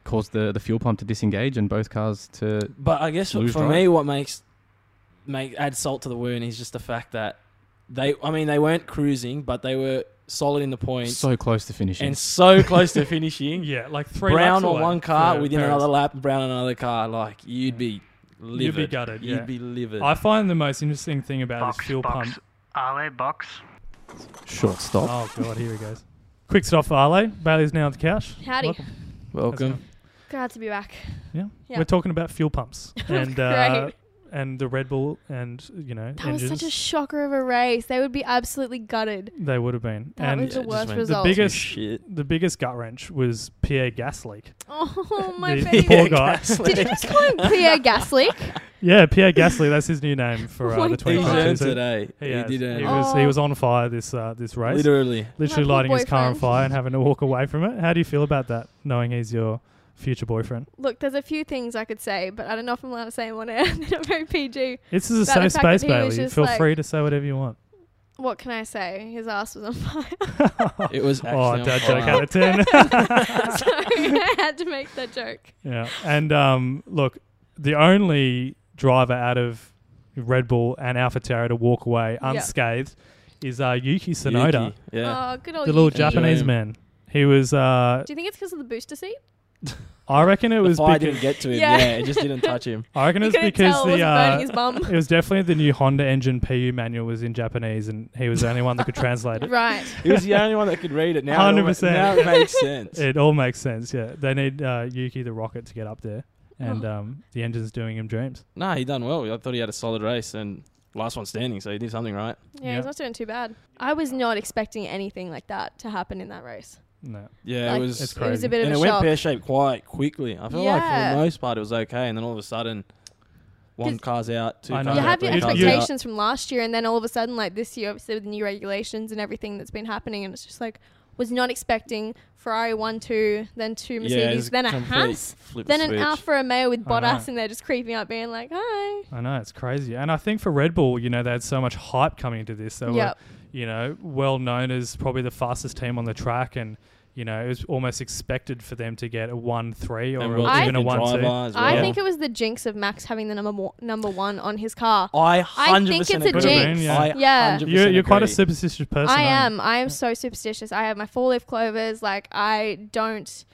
[SPEAKER 3] caused the the fuel pump to disengage and both cars to
[SPEAKER 2] But I guess for
[SPEAKER 3] Lose drive.
[SPEAKER 2] me, what makes make add salt to the wound is just the fact that they. I mean, they weren't cruising, but they were solid in the points
[SPEAKER 3] so close to finishing.
[SPEAKER 2] and so close to finishing.
[SPEAKER 1] Yeah, like three
[SPEAKER 2] Brown
[SPEAKER 1] laps
[SPEAKER 2] on
[SPEAKER 1] away
[SPEAKER 2] one car
[SPEAKER 1] for
[SPEAKER 2] within
[SPEAKER 1] Perez.
[SPEAKER 2] another lap, Brown on another car. Like you'd be livid.
[SPEAKER 1] You'd be gutted.
[SPEAKER 2] You'd
[SPEAKER 1] yeah.
[SPEAKER 2] be livid.
[SPEAKER 1] I find the most interesting thing about this fuel pump.
[SPEAKER 4] Ale, box.
[SPEAKER 3] Short stop.
[SPEAKER 1] Oh god, here he goes. Quick stop for Ale. Bailey's now on the couch.
[SPEAKER 5] Howdy.
[SPEAKER 1] Welcome.
[SPEAKER 2] Welcome.
[SPEAKER 5] Glad to be back.
[SPEAKER 1] Yeah.
[SPEAKER 5] Yeah.
[SPEAKER 1] We're talking about fuel pumps and uh,
[SPEAKER 5] Great.
[SPEAKER 1] and the Red Bull and you know
[SPEAKER 5] That
[SPEAKER 1] engines.
[SPEAKER 5] was such a shocker of a race. They would be absolutely gutted.
[SPEAKER 1] they would have been.
[SPEAKER 5] That
[SPEAKER 1] and
[SPEAKER 5] was the
[SPEAKER 2] Yeah, just
[SPEAKER 5] worst
[SPEAKER 2] went-
[SPEAKER 5] result.
[SPEAKER 1] the biggest
[SPEAKER 2] Shit.
[SPEAKER 1] the biggest gut wrench was Pierre Gasly.
[SPEAKER 5] oh my
[SPEAKER 1] the
[SPEAKER 5] baby.
[SPEAKER 1] poor guy.
[SPEAKER 5] Did you just call him Pierre Gasly?
[SPEAKER 1] yeah, Pierre Gasly. That's his new name for
[SPEAKER 5] Oh
[SPEAKER 1] uh, the
[SPEAKER 5] my God.
[SPEAKER 2] He
[SPEAKER 5] He's
[SPEAKER 1] 2022
[SPEAKER 2] earned
[SPEAKER 5] earned
[SPEAKER 1] season.
[SPEAKER 2] today. He,
[SPEAKER 1] has.
[SPEAKER 2] did uh,
[SPEAKER 1] He
[SPEAKER 2] earn.
[SPEAKER 1] was he
[SPEAKER 5] Oh.
[SPEAKER 1] was on fire this uh, this race.
[SPEAKER 2] Literally.
[SPEAKER 1] Literally
[SPEAKER 5] My poor
[SPEAKER 1] lighting his car on
[SPEAKER 5] boyfriend.
[SPEAKER 1] fire and having to walk away from it. How do you feel about that? Knowing he's your future boyfriend.
[SPEAKER 5] Look, there's a few things I could say, but I don't know if I'm allowed to say them on air. They're not very PG.
[SPEAKER 1] This is a
[SPEAKER 5] About
[SPEAKER 1] safe
[SPEAKER 5] the fact that
[SPEAKER 1] space,
[SPEAKER 5] he was
[SPEAKER 1] Bailey.
[SPEAKER 5] just
[SPEAKER 1] Feel
[SPEAKER 5] like-
[SPEAKER 1] free to say whatever you want.
[SPEAKER 5] What can I say? His ass was on fire.
[SPEAKER 2] It was actually.
[SPEAKER 1] oh,
[SPEAKER 2] on
[SPEAKER 1] dad
[SPEAKER 2] fire.
[SPEAKER 1] joke out of ten.
[SPEAKER 5] Sorry, I had to make that joke.
[SPEAKER 1] yeah, and um, look, the only driver out of Red Bull and AlphaTauri to walk away
[SPEAKER 5] Yeah.
[SPEAKER 1] unscathed is uh, Yuki Tsunoda,
[SPEAKER 2] Yuki, Yeah.
[SPEAKER 5] Oh, good old
[SPEAKER 1] the little
[SPEAKER 5] Yuki.
[SPEAKER 1] Japanese
[SPEAKER 2] Enjoy him.
[SPEAKER 1] man. He was. Uh,
[SPEAKER 5] Do you think it's because of the booster seat?
[SPEAKER 1] I reckon it
[SPEAKER 2] the
[SPEAKER 1] was.
[SPEAKER 2] fire
[SPEAKER 1] becau-
[SPEAKER 2] didn't get to him.
[SPEAKER 5] Yeah.
[SPEAKER 2] Yeah. It just didn't touch him.
[SPEAKER 1] I reckon
[SPEAKER 5] You
[SPEAKER 1] it was
[SPEAKER 5] couldn't
[SPEAKER 1] because
[SPEAKER 5] tell it
[SPEAKER 1] the
[SPEAKER 5] wasn't burning his
[SPEAKER 1] uh,
[SPEAKER 5] bum.
[SPEAKER 1] it was definitely the new Honda engine PU manual was in Japanese, and he was the only one that could translate it.
[SPEAKER 5] right.
[SPEAKER 2] He was the only one that could read it. Now, 100%.
[SPEAKER 1] 100%.
[SPEAKER 2] now it makes sense.
[SPEAKER 1] It all makes sense. Yeah, they need uh, Yuki the rocket to get up there, and
[SPEAKER 5] Oh.
[SPEAKER 1] um, the engine's doing him dreams.
[SPEAKER 2] No, he done well. I thought he had a solid race and last one standing, so he did something right.
[SPEAKER 5] Yeah,
[SPEAKER 1] Yeah.
[SPEAKER 5] he's not doing too bad. I was not expecting anything like that to happen in that race.
[SPEAKER 1] No,
[SPEAKER 2] Yeah,
[SPEAKER 5] Like,
[SPEAKER 2] it was.
[SPEAKER 1] It's
[SPEAKER 5] It was
[SPEAKER 1] Crazy.
[SPEAKER 5] a bit
[SPEAKER 2] and
[SPEAKER 5] of
[SPEAKER 2] it
[SPEAKER 5] a
[SPEAKER 2] went
[SPEAKER 5] shock.
[SPEAKER 2] pear shaped quite quickly. I feel like
[SPEAKER 5] Yeah.
[SPEAKER 2] for the most part it was okay, and then all of a sudden, one
[SPEAKER 5] 'Cause-
[SPEAKER 2] car's out, two
[SPEAKER 1] I know.
[SPEAKER 2] cars
[SPEAKER 1] Yeah,
[SPEAKER 5] You
[SPEAKER 2] out,
[SPEAKER 5] have your
[SPEAKER 2] three cars
[SPEAKER 1] you-
[SPEAKER 5] expectations from last year, and then all of a sudden, like this year, obviously with the new regulations and everything that's been happening, and it's just like was not expecting Ferrari one two, then two
[SPEAKER 2] out. Yeah, it was
[SPEAKER 5] Mercedes, then a
[SPEAKER 2] complete
[SPEAKER 5] Haas,
[SPEAKER 2] flip
[SPEAKER 5] then an
[SPEAKER 2] switch. Uh-huh.
[SPEAKER 5] Alfa Romeo with
[SPEAKER 1] I know.
[SPEAKER 5] Bottas, and they're just creeping up, being like, "Hi."
[SPEAKER 1] I know it's crazy, and I think for Red Bull, you know, they had so much hype coming into this. They were,
[SPEAKER 5] Yep.
[SPEAKER 1] you know, well known as probably the fastest team on the track, and You know, it was almost expected for them to get a one three or
[SPEAKER 2] And
[SPEAKER 1] a-
[SPEAKER 2] Will
[SPEAKER 5] I-
[SPEAKER 1] even a
[SPEAKER 2] Smith,
[SPEAKER 1] one
[SPEAKER 2] driver
[SPEAKER 1] two.
[SPEAKER 2] as
[SPEAKER 5] I
[SPEAKER 2] well.
[SPEAKER 5] think it was the jinx of Max having the number mo- number one on his car.
[SPEAKER 2] I
[SPEAKER 5] I
[SPEAKER 2] hundred
[SPEAKER 5] think it's
[SPEAKER 2] percent
[SPEAKER 5] a
[SPEAKER 2] agree.
[SPEAKER 1] jinx. Yeah.
[SPEAKER 2] I
[SPEAKER 5] Yeah.
[SPEAKER 2] 100%
[SPEAKER 1] You're, you're quite a
[SPEAKER 2] agree.
[SPEAKER 1] superstitious person.
[SPEAKER 5] I
[SPEAKER 1] aren't
[SPEAKER 5] am. I am so superstitious. I have my four leaf clovers. Like I don't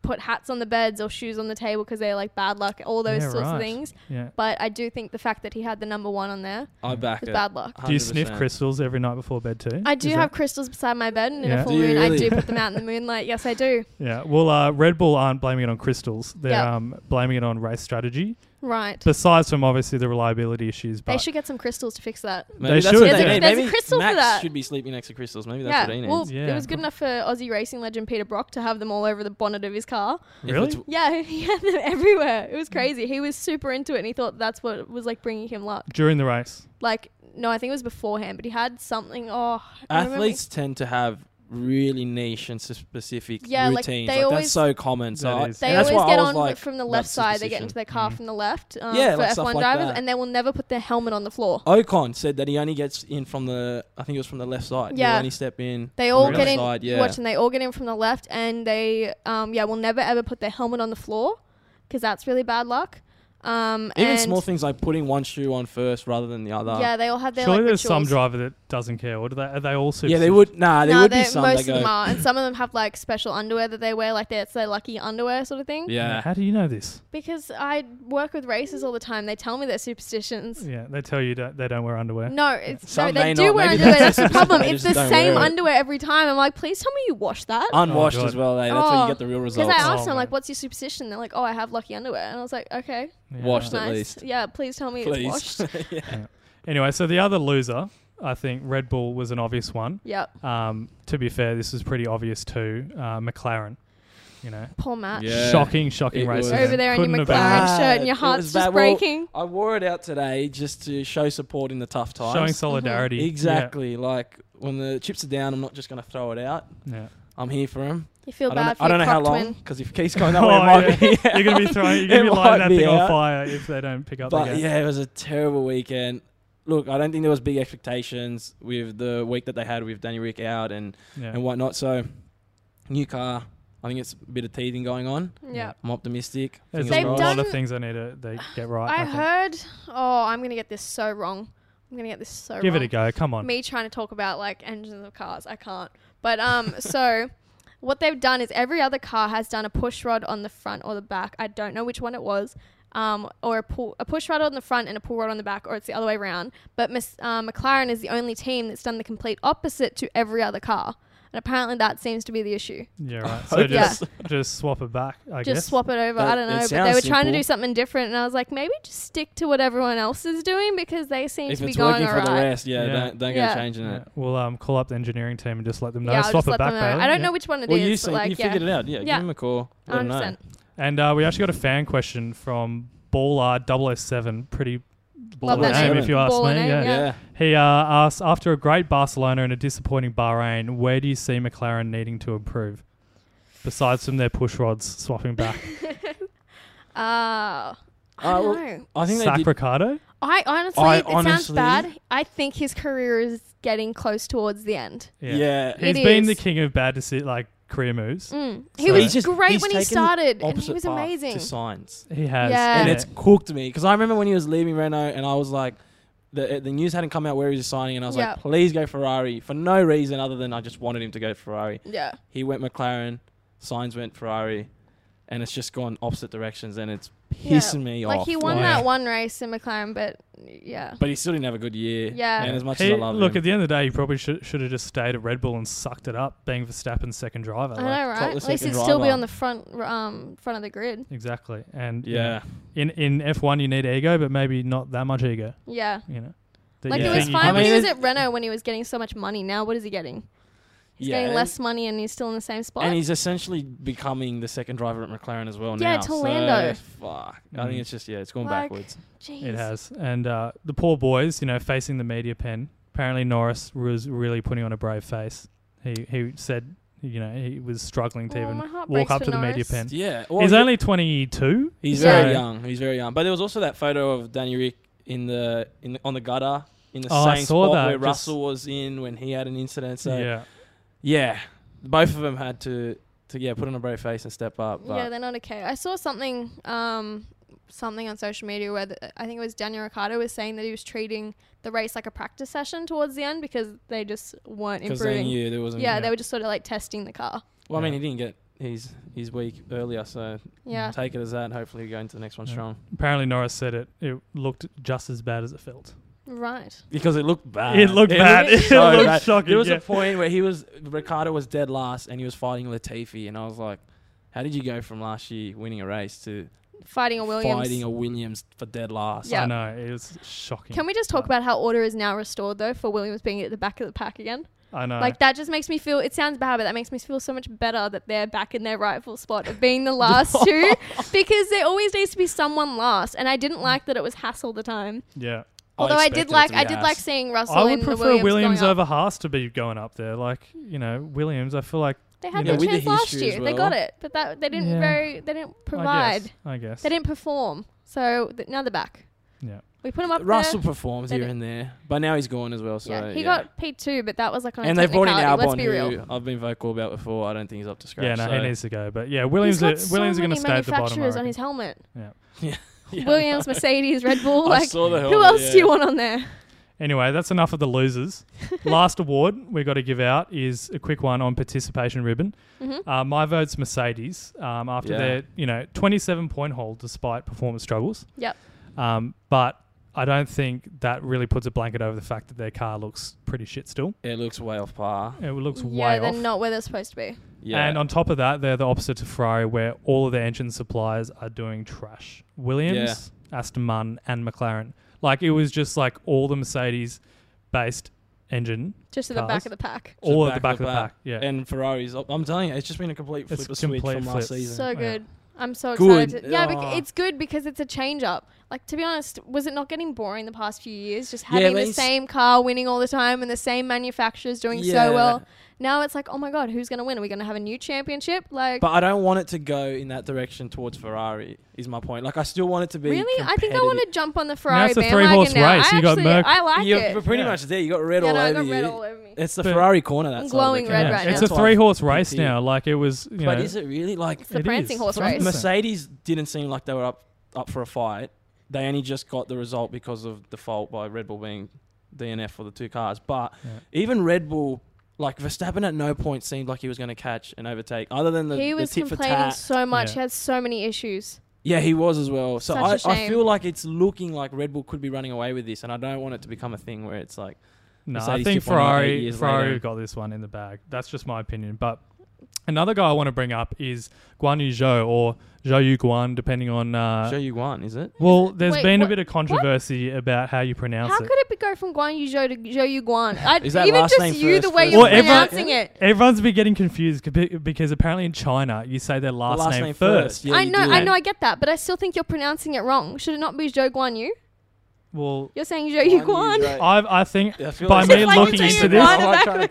[SPEAKER 5] put hats on the beds or shoes on the table because they're like bad luck. All those
[SPEAKER 1] Yeah,
[SPEAKER 5] sorts
[SPEAKER 1] right.
[SPEAKER 5] of things.
[SPEAKER 1] you? Yeah.
[SPEAKER 5] But I do think the fact that he had the number one on there
[SPEAKER 2] I back
[SPEAKER 5] was
[SPEAKER 2] it.
[SPEAKER 5] bad luck.
[SPEAKER 1] Do you sniff
[SPEAKER 2] 100%.
[SPEAKER 1] crystals every night before bed too?
[SPEAKER 5] I do
[SPEAKER 1] Is
[SPEAKER 5] have
[SPEAKER 1] that-
[SPEAKER 5] crystals beside my bed, and in
[SPEAKER 1] Yeah.
[SPEAKER 5] a full
[SPEAKER 2] Do you
[SPEAKER 5] moon, I
[SPEAKER 2] really?
[SPEAKER 5] do put them out in the moonlight. Yes, I do.
[SPEAKER 1] yeah. Well, uh, Red Bull aren't blaming it on crystals. They're
[SPEAKER 5] Yeah.
[SPEAKER 1] um, blaming it on race strategy.
[SPEAKER 5] Right.
[SPEAKER 1] Besides from obviously the reliability issues, but
[SPEAKER 5] they should get some crystals to fix that.
[SPEAKER 2] Maybe
[SPEAKER 1] They
[SPEAKER 2] that's
[SPEAKER 1] should.
[SPEAKER 2] what
[SPEAKER 1] There's a-
[SPEAKER 2] need.
[SPEAKER 5] there's a
[SPEAKER 2] Maybe
[SPEAKER 5] crystal for
[SPEAKER 2] Max
[SPEAKER 5] that.
[SPEAKER 2] should be sleeping next to crystals. Maybe that's what he
[SPEAKER 5] yeah.
[SPEAKER 2] needs.
[SPEAKER 5] Well,
[SPEAKER 1] Yeah.
[SPEAKER 5] it was good enough for Aussie racing legend Peter Brock to have them all over the bonnet of his car.
[SPEAKER 2] If
[SPEAKER 1] Really?
[SPEAKER 2] it's-
[SPEAKER 5] Yeah, he had them everywhere. It was crazy. He was super into it, and he thought that's what was like bringing him luck.
[SPEAKER 1] during the race,
[SPEAKER 5] Like, no, I think it was beforehand, but he had something. Oh, I remember-
[SPEAKER 2] athletes tend to have really niche and s- specific
[SPEAKER 5] Yeah, like,
[SPEAKER 2] routines.
[SPEAKER 5] they
[SPEAKER 2] Like, that's
[SPEAKER 5] always-
[SPEAKER 2] so common. So
[SPEAKER 1] That
[SPEAKER 2] I-
[SPEAKER 1] is.
[SPEAKER 5] They
[SPEAKER 2] and that's
[SPEAKER 5] always
[SPEAKER 2] why
[SPEAKER 5] get
[SPEAKER 2] I was
[SPEAKER 5] on
[SPEAKER 2] like,
[SPEAKER 5] from the
[SPEAKER 2] not
[SPEAKER 5] left side. They get
[SPEAKER 2] superstition.
[SPEAKER 5] into their car
[SPEAKER 1] Mm.
[SPEAKER 5] from the left um,
[SPEAKER 2] Yeah,
[SPEAKER 5] for
[SPEAKER 2] like stuff
[SPEAKER 5] F1
[SPEAKER 2] like
[SPEAKER 5] drivers,
[SPEAKER 2] that.
[SPEAKER 5] and they will never put their helmet on the floor.
[SPEAKER 2] Ocon said that he only gets in from the. I think it was from the left side. He'll
[SPEAKER 5] Yeah.
[SPEAKER 2] only step in.
[SPEAKER 5] They all
[SPEAKER 1] Really?
[SPEAKER 5] get in.
[SPEAKER 2] Side,
[SPEAKER 5] you
[SPEAKER 2] yeah.
[SPEAKER 5] Watch, and they all get in from the left, and they, um, yeah, will never ever put their helmet on the floor because that's really bad luck. Um,
[SPEAKER 2] Even
[SPEAKER 5] and
[SPEAKER 2] small things like putting one shoe on first rather than the other.
[SPEAKER 5] Yeah, they all have their
[SPEAKER 1] surely
[SPEAKER 5] like
[SPEAKER 1] there's some
[SPEAKER 5] rituals.
[SPEAKER 1] driver that doesn't care. Or do they? Are they all super?
[SPEAKER 2] Yeah, they would. Nah, Ah, there
[SPEAKER 5] No,
[SPEAKER 2] would be
[SPEAKER 5] they-
[SPEAKER 2] some.
[SPEAKER 5] most
[SPEAKER 2] that go,
[SPEAKER 5] of them are, and some of them have like special underwear that they wear, like that's their lucky underwear sort of thing.
[SPEAKER 2] Yeah.
[SPEAKER 1] How do you know this?
[SPEAKER 5] Because I work with racers all the time, they tell me their superstitions.
[SPEAKER 1] Yeah, they tell you don't, they don't wear underwear.
[SPEAKER 5] No, it's
[SPEAKER 2] Some
[SPEAKER 5] no,
[SPEAKER 2] may
[SPEAKER 5] they do
[SPEAKER 2] not.
[SPEAKER 5] wear
[SPEAKER 2] Maybe
[SPEAKER 5] underwear.
[SPEAKER 2] that's
[SPEAKER 5] That's
[SPEAKER 2] just-
[SPEAKER 5] the problem.
[SPEAKER 2] they
[SPEAKER 5] It's the
[SPEAKER 2] just don't wear
[SPEAKER 5] same
[SPEAKER 2] it.
[SPEAKER 5] underwear every time. I'm like, please tell me you wash that.
[SPEAKER 2] Unwashed
[SPEAKER 1] Oh, God.
[SPEAKER 2] as well. Eh? That's when you
[SPEAKER 5] Oh.
[SPEAKER 2] get the real
[SPEAKER 5] Because
[SPEAKER 2] results.
[SPEAKER 5] I
[SPEAKER 1] Oh,
[SPEAKER 5] asked them,
[SPEAKER 1] man.
[SPEAKER 5] like, what's your superstition? They're like, oh, I have lucky underwear. And I was like, okay,
[SPEAKER 1] Yeah.
[SPEAKER 2] Washed at
[SPEAKER 5] nice.
[SPEAKER 2] least.
[SPEAKER 5] Yeah, please tell me it's
[SPEAKER 2] Please.
[SPEAKER 5] washed.
[SPEAKER 2] Yeah.
[SPEAKER 1] Anyway, so the other loser, I think Red Bull was an obvious one.
[SPEAKER 5] Yep.
[SPEAKER 1] Um, to be fair, this was pretty obvious too. Uh, McLaren, you know,
[SPEAKER 5] Poor Matt.
[SPEAKER 2] Yeah.
[SPEAKER 1] shocking, shocking
[SPEAKER 2] It
[SPEAKER 1] race.
[SPEAKER 2] was.
[SPEAKER 1] for them.
[SPEAKER 5] Over there in your
[SPEAKER 1] Couldn't
[SPEAKER 5] McLaren
[SPEAKER 1] have been-
[SPEAKER 2] been.
[SPEAKER 5] shirt and
[SPEAKER 2] It
[SPEAKER 5] your
[SPEAKER 2] was
[SPEAKER 5] heart's
[SPEAKER 2] bad.
[SPEAKER 5] just
[SPEAKER 2] Well,
[SPEAKER 5] breaking.
[SPEAKER 2] I wore it out today just to show support in the tough times.
[SPEAKER 1] showing solidarity. Yeah,
[SPEAKER 2] Exactly. Like when the chips are down, I'm not just going to throw it out.
[SPEAKER 1] yeah.
[SPEAKER 2] I'm here for him.
[SPEAKER 5] You feel
[SPEAKER 2] I don't,
[SPEAKER 5] bad
[SPEAKER 2] know, I
[SPEAKER 5] for
[SPEAKER 2] don't
[SPEAKER 5] your
[SPEAKER 2] know how
[SPEAKER 5] cock
[SPEAKER 2] long
[SPEAKER 5] twin.
[SPEAKER 2] because if it keeps going that way, it might
[SPEAKER 1] Oh, yeah.
[SPEAKER 2] be.
[SPEAKER 1] you're gonna be throwing, you're gonna
[SPEAKER 2] It
[SPEAKER 1] be
[SPEAKER 2] might
[SPEAKER 1] lighting that
[SPEAKER 2] be
[SPEAKER 1] thing on
[SPEAKER 2] out.
[SPEAKER 1] fire if they don't pick up. the
[SPEAKER 2] But
[SPEAKER 1] game.
[SPEAKER 2] yeah, it was a terrible weekend. Look, I don't think there was big expectations with the week that they had with Danny Rick out and
[SPEAKER 1] yeah.
[SPEAKER 2] and whatnot. So new car. I think it's a bit of teething going on.
[SPEAKER 5] yeah.
[SPEAKER 2] I'm optimistic.
[SPEAKER 1] There's
[SPEAKER 5] They've
[SPEAKER 1] a lot
[SPEAKER 5] done-
[SPEAKER 1] of things I need to they get right.
[SPEAKER 5] I,
[SPEAKER 1] I, think.
[SPEAKER 5] heard. Oh, I'm gonna get this so wrong. I'm gonna get this so
[SPEAKER 1] Give
[SPEAKER 5] wrong.
[SPEAKER 1] it a go. Come on.
[SPEAKER 5] Me trying to talk about like engines of cars, I can't. But um, so what they've done is every other car has done a push rod on the front or the back. I don't know which one it was. Um, or a, pull, a push rod on the front and a pull rod on the back, or it's the other way around. But Miss, uh, McLaren is the only team that's done the complete opposite to every other car, and apparently that seems to be the issue.
[SPEAKER 1] Yeah. Right. So
[SPEAKER 2] Okay.
[SPEAKER 1] just just swap it back. I
[SPEAKER 5] just
[SPEAKER 1] guess.
[SPEAKER 5] swap it over.
[SPEAKER 2] That-
[SPEAKER 5] I don't
[SPEAKER 2] it
[SPEAKER 5] know, but
[SPEAKER 2] sounds
[SPEAKER 5] they were trying to
[SPEAKER 2] simple.
[SPEAKER 5] do something different, and I was like, maybe just stick to what everyone else is doing because they seem
[SPEAKER 2] If
[SPEAKER 5] to be
[SPEAKER 2] it's
[SPEAKER 5] going
[SPEAKER 2] working
[SPEAKER 5] all
[SPEAKER 2] for the
[SPEAKER 5] right.
[SPEAKER 2] rest, yeah,
[SPEAKER 1] Yeah.
[SPEAKER 2] don't don't
[SPEAKER 5] Yeah.
[SPEAKER 2] go changing
[SPEAKER 1] Yeah.
[SPEAKER 2] it.
[SPEAKER 1] We'll um call up the engineering team and just let them know.
[SPEAKER 5] yeah, I'll
[SPEAKER 1] swap
[SPEAKER 5] just
[SPEAKER 1] it
[SPEAKER 5] let
[SPEAKER 1] back.
[SPEAKER 5] them know.
[SPEAKER 1] Bailey.
[SPEAKER 5] I don't
[SPEAKER 1] Yeah.
[SPEAKER 5] know which one it is,
[SPEAKER 2] Well, you,
[SPEAKER 5] but
[SPEAKER 2] seen,
[SPEAKER 5] like,
[SPEAKER 2] you
[SPEAKER 5] yeah,
[SPEAKER 2] figured it out. Yeah,
[SPEAKER 5] Yeah.
[SPEAKER 2] give him a call. Let him
[SPEAKER 5] 100.
[SPEAKER 2] know.
[SPEAKER 5] percent
[SPEAKER 1] And uh, we actually got a fan question from Baller 007. Pretty
[SPEAKER 5] Love
[SPEAKER 1] baller
[SPEAKER 5] that
[SPEAKER 1] name,
[SPEAKER 5] name.
[SPEAKER 1] if you ask
[SPEAKER 5] Baller
[SPEAKER 1] me.
[SPEAKER 5] name,
[SPEAKER 1] yeah.
[SPEAKER 5] Yeah.
[SPEAKER 2] Yeah.
[SPEAKER 1] He uh, asks after a great Barcelona and a disappointing Bahrain, where do you see McLaren needing to improve? Besides from their push rods swapping back,
[SPEAKER 5] Uh, I
[SPEAKER 2] Uh, well,
[SPEAKER 5] don't know.
[SPEAKER 2] I think
[SPEAKER 1] Sack
[SPEAKER 2] they did.
[SPEAKER 1] Ricardo.
[SPEAKER 5] I honestly,
[SPEAKER 2] I
[SPEAKER 5] it sounds
[SPEAKER 2] honestly-
[SPEAKER 5] bad. I think his career is getting close towards the end.
[SPEAKER 2] Yeah.
[SPEAKER 5] It
[SPEAKER 1] he's been
[SPEAKER 5] is.
[SPEAKER 1] the king of bad deci- like career moves.
[SPEAKER 5] Mm. He
[SPEAKER 1] So-
[SPEAKER 5] was
[SPEAKER 1] He's
[SPEAKER 2] just-
[SPEAKER 5] great
[SPEAKER 2] he's
[SPEAKER 5] when he
[SPEAKER 2] taken the
[SPEAKER 5] started, and he
[SPEAKER 2] Opposite
[SPEAKER 5] was
[SPEAKER 2] path
[SPEAKER 5] amazing.
[SPEAKER 2] To science.
[SPEAKER 1] He has,
[SPEAKER 5] Mm. Yeah.
[SPEAKER 2] And
[SPEAKER 5] Yeah.
[SPEAKER 2] it's cooked me because I remember when he was leaving Renault and I was like, the, the news hadn't come out where he was signing, and I was
[SPEAKER 5] Yeah.
[SPEAKER 2] like, please go Ferrari for no reason other than I just wanted him to go Ferrari.
[SPEAKER 5] Yeah,
[SPEAKER 2] He went McLaren, signs went Ferrari, and it's just gone opposite directions, and it's
[SPEAKER 5] Yeah.
[SPEAKER 2] pissing me
[SPEAKER 5] like
[SPEAKER 2] off.
[SPEAKER 5] he won
[SPEAKER 1] Wow.
[SPEAKER 5] that one race in McLaren, but yeah,
[SPEAKER 2] But he still didn't have a good year.
[SPEAKER 5] Yeah.
[SPEAKER 2] And as much
[SPEAKER 1] He-
[SPEAKER 2] as I love
[SPEAKER 1] look,
[SPEAKER 2] him,
[SPEAKER 1] at the end of the day, he probably should, should have just stayed at Red Bull and sucked it up, being Verstappen's second driver.
[SPEAKER 5] I
[SPEAKER 1] like-
[SPEAKER 5] know,
[SPEAKER 2] top
[SPEAKER 5] right?
[SPEAKER 2] the
[SPEAKER 5] At least
[SPEAKER 2] second
[SPEAKER 5] he'd still be
[SPEAKER 2] driver.
[SPEAKER 5] on the front, um, front of the grid.
[SPEAKER 1] Exactly, and you know,
[SPEAKER 2] yeah,
[SPEAKER 1] in in F one you need ego, but maybe not that much ego.
[SPEAKER 5] Yeah.
[SPEAKER 1] You know, That
[SPEAKER 5] Like
[SPEAKER 1] you
[SPEAKER 5] it
[SPEAKER 1] think
[SPEAKER 5] was
[SPEAKER 1] you
[SPEAKER 5] fine
[SPEAKER 1] can-
[SPEAKER 5] when
[SPEAKER 2] I
[SPEAKER 5] he
[SPEAKER 2] mean,
[SPEAKER 5] was at Renault when he was getting so much money. Now what is he getting? He's
[SPEAKER 2] yeah,
[SPEAKER 5] getting
[SPEAKER 2] and-
[SPEAKER 5] less money and he's still in the same spot.
[SPEAKER 2] And he's essentially becoming the second driver at McLaren as well now.
[SPEAKER 5] Yeah, to Lando.
[SPEAKER 2] So, fuck. I
[SPEAKER 1] Mm.
[SPEAKER 2] think it's just yeah, it's gone
[SPEAKER 5] Like-
[SPEAKER 2] backwards.
[SPEAKER 5] Jeez.
[SPEAKER 1] It has. And uh, the poor boys, you know, facing the media pen. Apparently, Norris was really putting on a brave face. He he said, you know, he was struggling to
[SPEAKER 5] Oh,
[SPEAKER 1] even
[SPEAKER 5] my heart
[SPEAKER 1] walk
[SPEAKER 5] breaks
[SPEAKER 1] up
[SPEAKER 5] for
[SPEAKER 1] to the media
[SPEAKER 5] Norris.
[SPEAKER 1] pen.
[SPEAKER 2] Yeah. Well,
[SPEAKER 1] He's
[SPEAKER 2] he-
[SPEAKER 1] only 22.
[SPEAKER 2] He's
[SPEAKER 5] Yeah.
[SPEAKER 2] very young. He's very young. But there was also that photo of Danny Rick in the in the, on the gutter in the
[SPEAKER 1] Oh, I
[SPEAKER 2] same
[SPEAKER 1] saw
[SPEAKER 2] spot
[SPEAKER 1] that,
[SPEAKER 2] where
[SPEAKER 1] just-
[SPEAKER 2] Russell was in when he had an incident. So yeah,
[SPEAKER 1] yeah.
[SPEAKER 2] both of them had to to yeah put on a brave face and step up. But
[SPEAKER 5] yeah, they're not okay. I saw something, um, something on social media where the, I think it was Daniel Ricciardo was saying that he was treating the race like a practice session towards the end because they just weren't
[SPEAKER 2] because they
[SPEAKER 5] improving.
[SPEAKER 2] knew there wasn't.
[SPEAKER 5] yeah, they were just sort of like testing the car.
[SPEAKER 2] Well, I mean,
[SPEAKER 1] Yeah.
[SPEAKER 2] he didn't get his his week earlier, so
[SPEAKER 5] Yeah,
[SPEAKER 2] take it as that. and Hopefully, we go into the next one
[SPEAKER 1] Yeah.
[SPEAKER 2] strong
[SPEAKER 1] Apparently, Norris said it. It looked just as bad as it felt.
[SPEAKER 5] right.
[SPEAKER 2] because it looked bad.
[SPEAKER 1] It looked bad. It looked shocking,
[SPEAKER 2] There was
[SPEAKER 1] yeah.
[SPEAKER 2] a point where he was Ricardo was dead last, and he was fighting Latifi, and I was like. How did you go from last year winning a race to
[SPEAKER 5] Fighting a Williams.
[SPEAKER 2] fighting a Williams for dead last?
[SPEAKER 5] Yeah.
[SPEAKER 1] I know it was shocking.
[SPEAKER 5] Can we just talk about how order is now restored though for Williams being at the back of the pack again?
[SPEAKER 1] I know.
[SPEAKER 5] Like that just makes me feel. It sounds bad, but that makes me feel so much better that they're back in their rightful spot of being the last two, because there always needs to be someone last. And I
[SPEAKER 2] Mm.
[SPEAKER 5] didn't like that it was Haas all the time.
[SPEAKER 1] yeah.
[SPEAKER 5] Although I, did
[SPEAKER 2] expected it
[SPEAKER 5] like,
[SPEAKER 2] to be
[SPEAKER 5] I did
[SPEAKER 2] Haas.
[SPEAKER 5] like seeing Russell
[SPEAKER 1] I would
[SPEAKER 5] and the
[SPEAKER 1] prefer
[SPEAKER 5] Williams,
[SPEAKER 1] Williams,
[SPEAKER 5] going up.
[SPEAKER 1] over Haas to be going up there. Like you know, Williams. I feel like
[SPEAKER 5] They had
[SPEAKER 1] Yeah,
[SPEAKER 5] that
[SPEAKER 1] with
[SPEAKER 2] the
[SPEAKER 5] chance last
[SPEAKER 2] history
[SPEAKER 5] year.
[SPEAKER 2] as
[SPEAKER 5] They
[SPEAKER 2] well.
[SPEAKER 5] got it, but that they didn't
[SPEAKER 1] Yeah.
[SPEAKER 5] very. They didn't
[SPEAKER 1] I
[SPEAKER 5] provide.
[SPEAKER 1] guess. I guess.
[SPEAKER 5] They didn't perform. So th- now they're back.
[SPEAKER 1] Yeah.
[SPEAKER 5] We put him up
[SPEAKER 2] Russell performs
[SPEAKER 5] They
[SPEAKER 2] here
[SPEAKER 5] did-
[SPEAKER 2] and there, but now he's gone as well. So
[SPEAKER 5] there. yeah, he got P two, but that was like on
[SPEAKER 2] and
[SPEAKER 5] a
[SPEAKER 2] they've brought in
[SPEAKER 5] technicality,
[SPEAKER 2] Albon,
[SPEAKER 5] Let's be real.
[SPEAKER 2] who I've been vocal about before. I don't think he's up to scratch.
[SPEAKER 1] yeah, no,
[SPEAKER 2] so.
[SPEAKER 1] he needs to go. But yeah, Williams.
[SPEAKER 5] He's
[SPEAKER 1] Are,
[SPEAKER 5] got so
[SPEAKER 1] Williams are going to
[SPEAKER 5] many
[SPEAKER 1] stay at the bottom. I
[SPEAKER 5] manufacturers on
[SPEAKER 1] reckon.
[SPEAKER 5] his helmet.
[SPEAKER 2] Yeah,
[SPEAKER 5] Williams, Mercedes, Red Bull.
[SPEAKER 2] I
[SPEAKER 5] Like,
[SPEAKER 2] saw the
[SPEAKER 5] who
[SPEAKER 2] helmet,
[SPEAKER 5] else
[SPEAKER 2] yeah.
[SPEAKER 5] do you want on there?
[SPEAKER 1] Anyway, that's enough of the losers. Last award we got to give out is a quick one on participation ribbon.
[SPEAKER 5] Mhm.
[SPEAKER 1] Uh, my vote's Mercedes um, after
[SPEAKER 2] Yeah.
[SPEAKER 1] their you know 27 point hold despite performance struggles.
[SPEAKER 5] Yep.
[SPEAKER 1] Um, but I don't think that really puts a blanket over the fact that their car looks pretty shit still.
[SPEAKER 2] It looks way off par.
[SPEAKER 1] It looks
[SPEAKER 5] yeah,
[SPEAKER 1] way
[SPEAKER 5] they're
[SPEAKER 1] off.
[SPEAKER 5] not where they're supposed to be.
[SPEAKER 2] Yeah,
[SPEAKER 1] And on top of that, they're the opposite to Ferrari, where all of their engine suppliers are doing trash. Williams, Aston Martin, and McLaren. Like it was just like all the Mercedes-based engine,
[SPEAKER 5] Just at the back
[SPEAKER 1] Cars.
[SPEAKER 5] of the pack.
[SPEAKER 2] To
[SPEAKER 1] all at the back of the pack. Yeah,
[SPEAKER 2] and Ferraris. I- I'm telling you, it's just been a complete flip
[SPEAKER 1] It's
[SPEAKER 2] of switch
[SPEAKER 1] complete
[SPEAKER 2] from last
[SPEAKER 1] flip.
[SPEAKER 2] season.
[SPEAKER 5] So
[SPEAKER 1] Oh, Yeah.
[SPEAKER 5] good. I'm so
[SPEAKER 2] Good.
[SPEAKER 5] excited. to- yeah, bec-
[SPEAKER 2] Ah.
[SPEAKER 5] it's good because it's a change up. Like to be honest, was it not getting boring the past few years? Just having
[SPEAKER 2] they
[SPEAKER 5] the
[SPEAKER 2] s-
[SPEAKER 5] same car winning all the time and the same manufacturers doing
[SPEAKER 2] Yeah.
[SPEAKER 5] so well. Now it's like, oh my god, who's gonna win? Are we gonna have a new championship? Like,
[SPEAKER 2] But I don't want it to go in that direction towards Ferrari. Is my point. Like I still want it to be.
[SPEAKER 5] really? I think I want to jump on the Ferrari
[SPEAKER 1] it's a
[SPEAKER 5] bandwagon
[SPEAKER 1] three-horse
[SPEAKER 5] now.
[SPEAKER 1] race.
[SPEAKER 5] I
[SPEAKER 1] You got
[SPEAKER 5] actually,
[SPEAKER 1] Merc-
[SPEAKER 5] I like
[SPEAKER 2] You're
[SPEAKER 5] it.
[SPEAKER 2] pretty
[SPEAKER 1] Yeah.
[SPEAKER 2] much there. You got red
[SPEAKER 5] yeah,
[SPEAKER 2] all
[SPEAKER 5] no, I
[SPEAKER 2] over
[SPEAKER 5] got
[SPEAKER 2] you.
[SPEAKER 5] red all over me.
[SPEAKER 2] It's the
[SPEAKER 1] But-
[SPEAKER 2] Ferrari corner. That's
[SPEAKER 5] I'm glowing red right now.
[SPEAKER 1] it's a three-horse race
[SPEAKER 2] Yeah.
[SPEAKER 1] now. Like it was, you
[SPEAKER 2] But
[SPEAKER 1] know,
[SPEAKER 2] is it really like
[SPEAKER 5] It's the
[SPEAKER 1] it
[SPEAKER 5] prancing
[SPEAKER 1] is.
[SPEAKER 5] horse
[SPEAKER 1] It's
[SPEAKER 5] race.
[SPEAKER 2] Mercedes didn't seem like they were up up for a fight. They only just got the result because of the fault by Red Bull being DNF for the two cars. But
[SPEAKER 1] Yeah.
[SPEAKER 2] even Red Bull, like Verstappen, at no point seemed like he was going to catch and overtake, other than the,
[SPEAKER 5] he
[SPEAKER 2] the
[SPEAKER 5] was
[SPEAKER 2] tit for
[SPEAKER 5] complaining
[SPEAKER 2] tat.
[SPEAKER 5] so much.
[SPEAKER 1] Yeah.
[SPEAKER 5] He had so many issues.
[SPEAKER 2] yeah, he was as well. So
[SPEAKER 5] Such
[SPEAKER 2] I,
[SPEAKER 5] a shame.
[SPEAKER 2] I feel like it's looking like Red Bull could be running away with this, and I don't want it to become a thing where it's like
[SPEAKER 1] No, I
[SPEAKER 2] Mercedes
[SPEAKER 1] think
[SPEAKER 2] 2.0 eight
[SPEAKER 1] Ferrari
[SPEAKER 2] years
[SPEAKER 1] Ferrari
[SPEAKER 2] later.
[SPEAKER 1] got this one in the bag. That's just my opinion. But another guy I want to bring up is Guan Yu Zhou or Zhou Yu Guan, depending on. Uh,
[SPEAKER 2] show you one, is it?
[SPEAKER 1] well, there's
[SPEAKER 5] Wait,
[SPEAKER 1] been
[SPEAKER 5] what-
[SPEAKER 1] a bit of controversy about how you pronounce
[SPEAKER 5] How
[SPEAKER 1] it.
[SPEAKER 5] could it be go from Guan Yu Zhou to Zhou Yu Guan? I,
[SPEAKER 2] Is that
[SPEAKER 5] even
[SPEAKER 2] last
[SPEAKER 5] just
[SPEAKER 2] name
[SPEAKER 5] you, the
[SPEAKER 2] first,
[SPEAKER 5] way
[SPEAKER 2] first
[SPEAKER 1] name?
[SPEAKER 5] you're
[SPEAKER 1] Well, everyone-
[SPEAKER 5] pronouncing it.
[SPEAKER 1] Everyone's been getting confused capi- because apparently in China you say their last,
[SPEAKER 2] Last
[SPEAKER 1] name,
[SPEAKER 2] name
[SPEAKER 1] first.
[SPEAKER 2] first, yeah.
[SPEAKER 5] I
[SPEAKER 2] you
[SPEAKER 5] know,
[SPEAKER 2] do.
[SPEAKER 5] I know, I get that, but I still think you're pronouncing it wrong. Should it not be Zhou Guan Yu?
[SPEAKER 1] Well,
[SPEAKER 5] You're saying Zhou Yu
[SPEAKER 2] Guan Yu
[SPEAKER 5] Guan.
[SPEAKER 2] Zhou.
[SPEAKER 1] I I think
[SPEAKER 2] Yeah, I feel
[SPEAKER 1] By
[SPEAKER 2] like-
[SPEAKER 1] me
[SPEAKER 5] It's like
[SPEAKER 1] looking
[SPEAKER 5] you're
[SPEAKER 1] into
[SPEAKER 5] doing it
[SPEAKER 1] this,
[SPEAKER 5] right and back.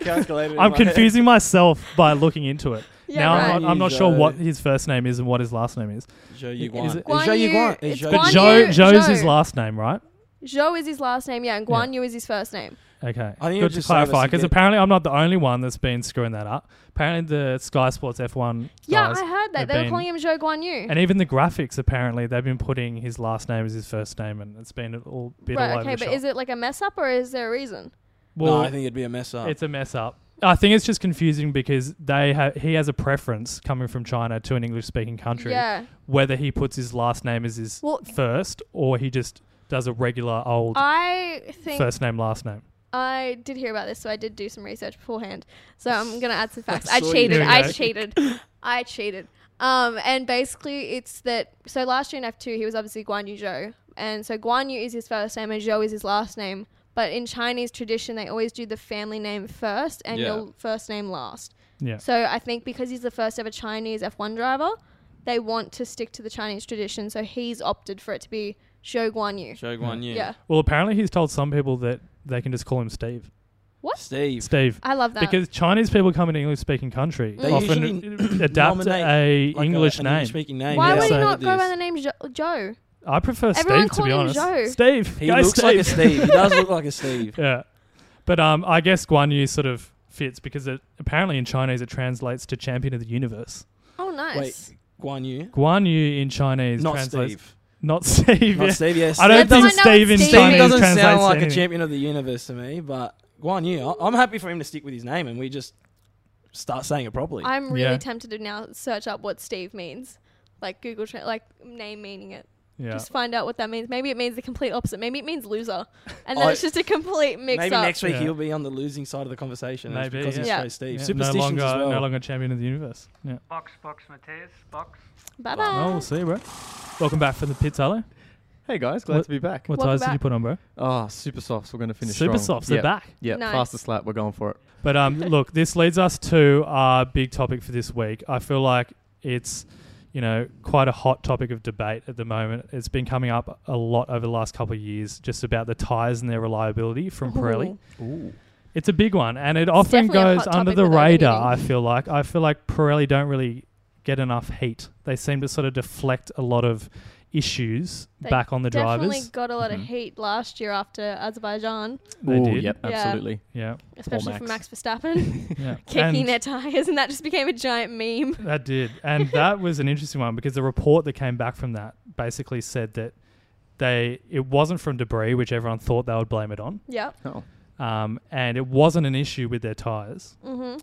[SPEAKER 1] I'm
[SPEAKER 2] calculate it in my head.
[SPEAKER 1] confusing myself by looking into it.
[SPEAKER 5] Yeah,
[SPEAKER 1] now
[SPEAKER 5] right.
[SPEAKER 1] I'm, not, I'm not
[SPEAKER 2] Guan Yu
[SPEAKER 1] sure
[SPEAKER 2] Zhou.
[SPEAKER 1] what his first name is and what his last name is.
[SPEAKER 2] Zhou Yu
[SPEAKER 1] Is
[SPEAKER 2] Guan.
[SPEAKER 1] it-
[SPEAKER 5] Guan
[SPEAKER 2] Zhou Yu
[SPEAKER 5] Yu-
[SPEAKER 2] Guan.
[SPEAKER 5] it's
[SPEAKER 2] It's Zhou
[SPEAKER 1] But
[SPEAKER 5] Guan
[SPEAKER 2] Yu-
[SPEAKER 1] Zhou
[SPEAKER 5] Yu-
[SPEAKER 1] Zhou's his
[SPEAKER 5] Zhou.
[SPEAKER 1] last name, right?
[SPEAKER 5] Zhou is his last name, yeah, and Guan Yu is his first name.
[SPEAKER 1] Okay.
[SPEAKER 2] I think it
[SPEAKER 1] Good
[SPEAKER 2] was
[SPEAKER 1] to
[SPEAKER 2] just so as
[SPEAKER 1] clarify
[SPEAKER 2] to
[SPEAKER 1] because
[SPEAKER 2] get-
[SPEAKER 1] apparently I'm not the only one that's been screwing that up. Apparently the Sky Sports F1
[SPEAKER 5] Yeah,
[SPEAKER 1] guys
[SPEAKER 5] I heard
[SPEAKER 1] have
[SPEAKER 5] that. They were
[SPEAKER 1] been-
[SPEAKER 5] calling him Zhou Guan Yu.
[SPEAKER 1] and even the graphics apparently they've been putting his last name as his first name and it's been a little bit all
[SPEAKER 5] Right,
[SPEAKER 1] over
[SPEAKER 5] okay,
[SPEAKER 1] the
[SPEAKER 5] but
[SPEAKER 1] shop.
[SPEAKER 5] is it like a mess up or is there a reason?
[SPEAKER 2] No,
[SPEAKER 1] well,
[SPEAKER 2] I think it'd be a mess up.
[SPEAKER 1] it's a mess up. I think it's just confusing because they ha- he has a preference coming from China to an English speaking country
[SPEAKER 5] Yeah.
[SPEAKER 1] whether he puts his last name as his
[SPEAKER 5] Well-
[SPEAKER 1] first or he just does a regular old
[SPEAKER 5] I think
[SPEAKER 1] first name last name.
[SPEAKER 5] I did hear about this, so I did do some research beforehand. So I'm gonna add some facts. I
[SPEAKER 2] saw you
[SPEAKER 5] cheated.
[SPEAKER 1] doing
[SPEAKER 5] I
[SPEAKER 1] that.
[SPEAKER 5] cheated. I cheated. Um, and basically, it's that. So last year in F2, he was obviously Guan Yu Zhou, and so Guan Yu is his first name and Zhou is his last name. But in Chinese tradition, they always do the family name first and
[SPEAKER 2] Yeah.
[SPEAKER 5] your first name last.
[SPEAKER 1] Yeah.
[SPEAKER 5] So I think because he's the first ever Chinese F1 driver, they want to stick to the Chinese tradition. So he's opted for it to be Zhou Guan Yu.
[SPEAKER 2] Zhou Guan Yu.
[SPEAKER 5] Yeah.
[SPEAKER 1] Well, apparently he's told some people that they can just call him Steve.
[SPEAKER 5] What?
[SPEAKER 2] Steve.
[SPEAKER 1] Steve.
[SPEAKER 5] I love that.
[SPEAKER 1] Because Chinese people come in English speaking country
[SPEAKER 2] They
[SPEAKER 1] often
[SPEAKER 2] usually
[SPEAKER 1] adapt a
[SPEAKER 2] nominate, like,
[SPEAKER 1] English
[SPEAKER 2] a- an
[SPEAKER 1] name.
[SPEAKER 2] English-speaking name.
[SPEAKER 5] Why
[SPEAKER 1] Yeah.
[SPEAKER 5] would he
[SPEAKER 1] So-
[SPEAKER 5] not go by the name jo- Joe?
[SPEAKER 1] I prefer
[SPEAKER 5] Everyone
[SPEAKER 1] Steve to be
[SPEAKER 5] called him
[SPEAKER 1] honest.
[SPEAKER 5] Joe.
[SPEAKER 1] Steve,
[SPEAKER 2] He
[SPEAKER 1] go
[SPEAKER 2] looks
[SPEAKER 1] Steve.
[SPEAKER 2] like a Steve. He does look like a Steve.
[SPEAKER 1] yeah, but um, I guess Guan Yu sort of fits because it, apparently in Chinese it translates to champion of the universe.
[SPEAKER 5] Oh, nice.
[SPEAKER 2] Wait, Guan Yu,
[SPEAKER 1] Guan Yu in Chinese
[SPEAKER 2] not
[SPEAKER 1] translates
[SPEAKER 2] Steve.
[SPEAKER 1] not Steve.
[SPEAKER 2] Not
[SPEAKER 1] yeah.
[SPEAKER 2] Steve, yes.
[SPEAKER 1] I don't
[SPEAKER 5] That's
[SPEAKER 1] think
[SPEAKER 5] how I know
[SPEAKER 1] Steve in
[SPEAKER 5] it's
[SPEAKER 2] Steve
[SPEAKER 5] Steve.
[SPEAKER 1] Chinese
[SPEAKER 2] doesn't
[SPEAKER 1] translates
[SPEAKER 2] sound like
[SPEAKER 1] to
[SPEAKER 2] a
[SPEAKER 1] anything.
[SPEAKER 2] champion of the universe to me, but Guan Yu, I- I'm happy for him to stick with his name and we just start saying it properly.
[SPEAKER 5] I'm really
[SPEAKER 1] Yeah.
[SPEAKER 5] tempted to now search up what Steve means. Like Google, tra- like name meaning it.
[SPEAKER 1] Yeah.
[SPEAKER 5] Just find out what that means. Maybe it means the complete opposite. Maybe it means loser, and
[SPEAKER 2] Oh,
[SPEAKER 5] then it's just a complete mix
[SPEAKER 2] Maybe
[SPEAKER 5] up.
[SPEAKER 2] next week
[SPEAKER 1] Yeah.
[SPEAKER 2] he'll be on the losing side of the conversation. and it's
[SPEAKER 1] Maybe,
[SPEAKER 2] because he's
[SPEAKER 5] yeah.
[SPEAKER 2] yeah.
[SPEAKER 5] Yeah.
[SPEAKER 2] Steve.
[SPEAKER 1] Yeah,
[SPEAKER 2] Superstitions
[SPEAKER 1] no longer,
[SPEAKER 2] as well.
[SPEAKER 1] no longer champion of the universe. Yeah.
[SPEAKER 4] Box, box, Mateus, box.
[SPEAKER 5] bye
[SPEAKER 2] Well,
[SPEAKER 5] bye.
[SPEAKER 1] Oh, Well, we'll see, bro. Welcome back from the pits, Ale.
[SPEAKER 3] Hey guys, glad
[SPEAKER 1] What-
[SPEAKER 3] to be back.
[SPEAKER 1] What
[SPEAKER 5] Welcome
[SPEAKER 1] ties did you
[SPEAKER 5] back.
[SPEAKER 1] put on, bro?
[SPEAKER 3] Ah, super softs. We're going to finish
[SPEAKER 1] Super
[SPEAKER 3] strong.
[SPEAKER 1] softs, they're
[SPEAKER 3] Yep,
[SPEAKER 1] back.
[SPEAKER 3] Yeah,
[SPEAKER 5] Nice.
[SPEAKER 3] faster slap. We're going for it.
[SPEAKER 1] But um, look, this leads us to our big topic for this week. I feel like it's, you know, quite a hot topic of debate at the moment. It's been coming up a lot over the last couple of years, just about the tyres and their reliability from Pirelli.
[SPEAKER 2] Ooh.
[SPEAKER 1] It's a big one, and it often
[SPEAKER 5] definitely a
[SPEAKER 1] goes
[SPEAKER 5] hot
[SPEAKER 1] under
[SPEAKER 5] topic
[SPEAKER 1] the
[SPEAKER 5] without any
[SPEAKER 1] radar. I
[SPEAKER 5] meaning.
[SPEAKER 1] feel like I feel like Pirelli don't really get enough heat. They seem to sort of deflect a lot of issues
[SPEAKER 5] They
[SPEAKER 1] back on the
[SPEAKER 5] Definitely
[SPEAKER 1] drivers. Mm-hmm.
[SPEAKER 5] got a lot
[SPEAKER 3] Mhm.
[SPEAKER 5] of heat last year after Azerbaijan,
[SPEAKER 1] They
[SPEAKER 3] Ooh,
[SPEAKER 1] did.
[SPEAKER 3] Yep,
[SPEAKER 5] Yeah.
[SPEAKER 3] absolutely.
[SPEAKER 1] Yeah,
[SPEAKER 5] especially for Max
[SPEAKER 3] Max.
[SPEAKER 5] Verstappen
[SPEAKER 1] yeah.
[SPEAKER 5] kicking
[SPEAKER 1] And-
[SPEAKER 5] their tires, and that just became a giant meme.
[SPEAKER 1] That did. And that was an interesting one because the report that came back from that basically said that they it wasn't from debris, which everyone thought they would blame it on.
[SPEAKER 5] Yep.
[SPEAKER 3] Oh,
[SPEAKER 1] Um, and it wasn't an issue with their tires.
[SPEAKER 5] Mm-hmm.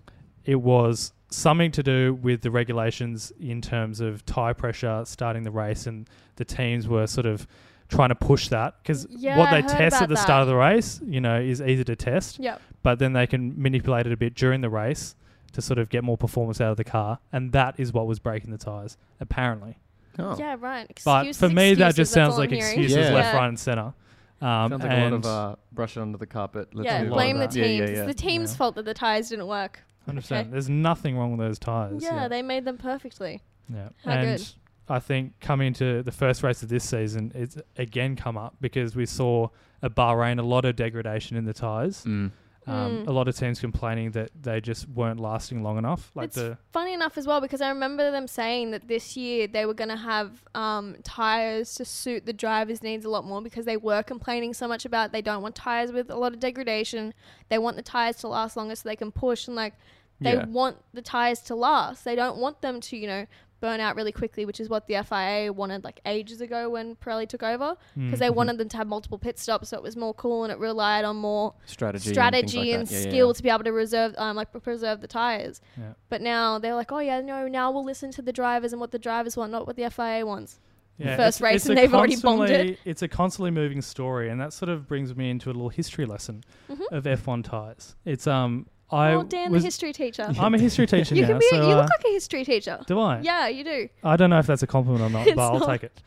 [SPEAKER 1] It was something to do with the regulations in terms of tire pressure starting the race and the teams were sort of trying to push that because
[SPEAKER 5] Yeah,
[SPEAKER 1] what they
[SPEAKER 5] I heard
[SPEAKER 1] test at
[SPEAKER 5] about
[SPEAKER 1] the
[SPEAKER 5] that.
[SPEAKER 1] start of the race, you know, is easy to test
[SPEAKER 5] Yep.
[SPEAKER 1] but then they can manipulate it a bit during the race to sort of get more performance out of the car, and that is what was breaking the tires, apparently.
[SPEAKER 3] oh.
[SPEAKER 5] Yeah. Right.
[SPEAKER 1] but
[SPEAKER 5] Excuses,
[SPEAKER 1] for me, that just
[SPEAKER 5] excuses, that's all
[SPEAKER 1] sounds
[SPEAKER 5] I'm
[SPEAKER 1] like
[SPEAKER 5] hearing.
[SPEAKER 1] excuses
[SPEAKER 3] Yeah.
[SPEAKER 1] left,
[SPEAKER 5] Yeah.
[SPEAKER 1] right, and center. Um,
[SPEAKER 3] Sounds like
[SPEAKER 1] and
[SPEAKER 3] a lot of uh, brush it under the carpet. Let's
[SPEAKER 5] yeah,
[SPEAKER 3] move on.
[SPEAKER 5] blame the teams.
[SPEAKER 1] that.
[SPEAKER 3] Yeah, yeah,
[SPEAKER 5] It's
[SPEAKER 3] yeah.
[SPEAKER 5] the team's
[SPEAKER 1] Yeah.
[SPEAKER 5] fault that the tires didn't work.
[SPEAKER 1] 100%.
[SPEAKER 5] okay.
[SPEAKER 1] There's nothing wrong with those tires.
[SPEAKER 5] Yeah, they made them perfectly.
[SPEAKER 1] Yeah.
[SPEAKER 5] How
[SPEAKER 1] and
[SPEAKER 5] good.
[SPEAKER 1] I think coming to the first race of this season, it's again come up because we saw at Bahrain a lot of degradation in the tyres.
[SPEAKER 3] Mm.
[SPEAKER 1] Um,
[SPEAKER 5] Mm.
[SPEAKER 1] A lot of teams complaining that they just weren't lasting long enough. Like
[SPEAKER 5] It's
[SPEAKER 1] the
[SPEAKER 5] Funny enough, as well, because I remember them saying that this year they were going to have um, tires to suit the drivers' needs a lot more because they were complaining so much about they don't want tires with a lot of degradation. They want the tires to last longer so they can push and like they
[SPEAKER 3] Yeah.
[SPEAKER 5] want the tires to last. They don't want them to you know burn out really quickly, which is what the FIA wanted like ages ago when Pirelli took over because they
[SPEAKER 1] Mm.
[SPEAKER 5] wanted them to have multiple pit stops so it was more cool and it relied on more
[SPEAKER 3] strategy,
[SPEAKER 5] strategy and,
[SPEAKER 3] and, things like that. Yeah, yeah,
[SPEAKER 5] skill
[SPEAKER 3] yeah.
[SPEAKER 5] to be able to reserve um, like preserve the tires.
[SPEAKER 1] Yeah.
[SPEAKER 5] But now they're like, oh yeah, no, now we'll listen to the drivers and what the drivers want, not what the FIA wants. first race and
[SPEAKER 1] a
[SPEAKER 5] they've already bombed it.
[SPEAKER 1] constantly- It's a constantly moving story, and that sort of brings me into a little history lesson
[SPEAKER 5] Mhm.
[SPEAKER 1] of F1 tires. It's um, Uh, I
[SPEAKER 5] oh Dan,
[SPEAKER 1] was,
[SPEAKER 5] the history teacher.
[SPEAKER 1] I'm a history teacher
[SPEAKER 5] you
[SPEAKER 1] now,
[SPEAKER 5] can be.
[SPEAKER 1] so
[SPEAKER 5] you
[SPEAKER 1] uh,
[SPEAKER 5] look like a history teacher.
[SPEAKER 1] do I?
[SPEAKER 5] Yeah, you do.
[SPEAKER 1] I don't know if that's a compliment or not,
[SPEAKER 5] It's
[SPEAKER 1] but I'll
[SPEAKER 5] not.
[SPEAKER 1] take it.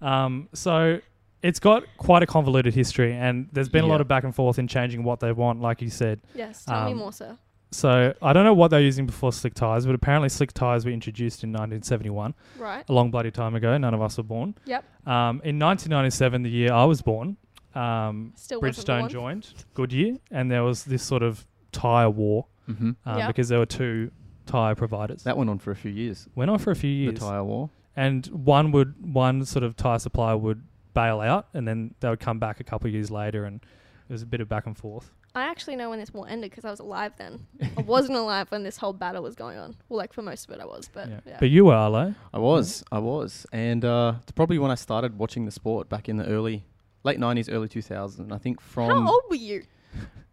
[SPEAKER 1] Um, so it's got quite a convoluted history, and there's been a lot
[SPEAKER 3] Yeah.
[SPEAKER 1] of back and forth in changing what they want, like you said.
[SPEAKER 5] Yes, tell me
[SPEAKER 1] Um,
[SPEAKER 5] more, sir.
[SPEAKER 1] So I don't know what they were using before slick tires, but apparently slick tires were introduced in 1971,
[SPEAKER 5] Right.
[SPEAKER 1] a long bloody time ago. None of us were born.
[SPEAKER 5] Yep.
[SPEAKER 1] Um, in 1997, the year I was born, um,
[SPEAKER 5] Still wasn't the
[SPEAKER 1] Bridgestone
[SPEAKER 5] one.
[SPEAKER 1] joined Goodyear, and there was this sort of tire war
[SPEAKER 3] Mm-hmm.
[SPEAKER 1] um,
[SPEAKER 5] Yeah.
[SPEAKER 1] because there were two tire providers.
[SPEAKER 3] That went on for a few years.
[SPEAKER 1] went on for a few years,
[SPEAKER 3] The tire war.
[SPEAKER 1] and one would one sort of tire supplier would bail out, and then they would come back a couple of years later, and it was a bit of back and forth.
[SPEAKER 5] I actually know when this war ended because I was alive then. I wasn't alive when this whole battle was going on. Well, like for most of it, I was. But yeah,
[SPEAKER 1] yeah. But you were Arlo.
[SPEAKER 3] I was, I was, and uh, it's probably when I started watching the sport back in the early, late nineties, early 2000s. I think from
[SPEAKER 5] how old were you?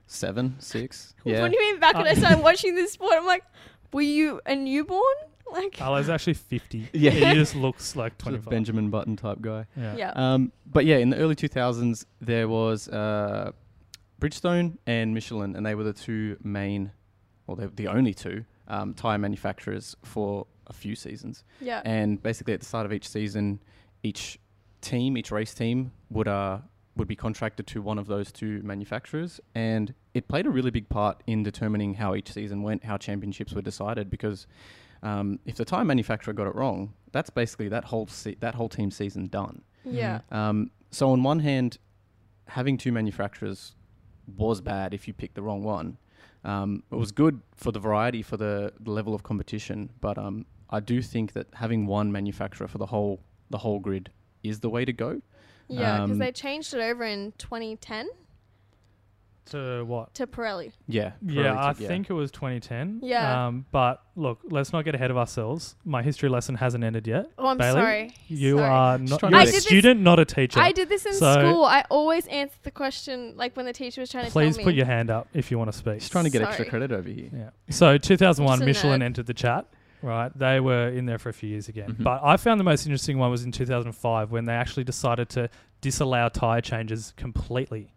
[SPEAKER 3] seven, six. Yeah,
[SPEAKER 5] What do you mean? Back when I
[SPEAKER 1] Uh,
[SPEAKER 5] started watching this sport, I'm like, were you a newborn? Like,
[SPEAKER 1] Arlo's actually fifty.
[SPEAKER 3] Yeah.
[SPEAKER 1] he just looks like
[SPEAKER 3] Sort of
[SPEAKER 1] twenty-five.
[SPEAKER 3] Benjamin Button type guy.
[SPEAKER 1] yeah.
[SPEAKER 5] yeah.
[SPEAKER 3] Um, but yeah, in the early 2000s, there was uh, Bridgestone and Michelin, and they were the two main, well, they're the only two um, tire manufacturers for a few seasons.
[SPEAKER 5] yeah.
[SPEAKER 3] And basically, at the start of each season, each team, each race team, would uh, would be contracted to one of those two manufacturers, and it played a really big part in determining how each season went, how championships were decided. Because um, if the tire manufacturer got it wrong, that's basically that whole se- that whole team season done.
[SPEAKER 5] Yeah.
[SPEAKER 3] Um, so on one hand, having two manufacturers was bad if you picked the wrong one. Um, it was good for the variety, for the, the level of competition, but um, I do think that having one manufacturer for the whole the whole grid is the way to go.
[SPEAKER 1] mm,
[SPEAKER 5] Yeah, because
[SPEAKER 3] Um,
[SPEAKER 5] they changed it over in 2010.
[SPEAKER 1] to what?
[SPEAKER 5] to Pirelli.
[SPEAKER 3] Yeah.
[SPEAKER 1] Yeah, I
[SPEAKER 3] Correct,
[SPEAKER 1] think it was 2010.
[SPEAKER 5] Yeah.
[SPEAKER 1] Um, but look, let's not get ahead of ourselves. My history lesson hasn't ended yet.
[SPEAKER 5] Oh, I'm
[SPEAKER 1] Bailey,
[SPEAKER 5] sorry.
[SPEAKER 1] You
[SPEAKER 5] Sorry.
[SPEAKER 1] are
[SPEAKER 3] Just
[SPEAKER 1] not
[SPEAKER 3] trying
[SPEAKER 1] you're a
[SPEAKER 5] to I did this-
[SPEAKER 1] student, not a teacher.
[SPEAKER 5] I did this in
[SPEAKER 1] So-
[SPEAKER 5] school. I always answered the question like when the teacher was trying to
[SPEAKER 1] Please
[SPEAKER 5] tell me.
[SPEAKER 1] put your hand up if you want to speak.
[SPEAKER 3] He's trying to get extra
[SPEAKER 5] Sorry.
[SPEAKER 3] credit over here.
[SPEAKER 1] Yeah. So 2001,
[SPEAKER 5] Just a
[SPEAKER 1] Michelin
[SPEAKER 5] nerd.
[SPEAKER 1] entered the chat. Right, they were in there for a few years again.
[SPEAKER 3] Mhm.
[SPEAKER 1] But I found the most interesting one was in 2005 when they actually decided to disallow tire changes completely.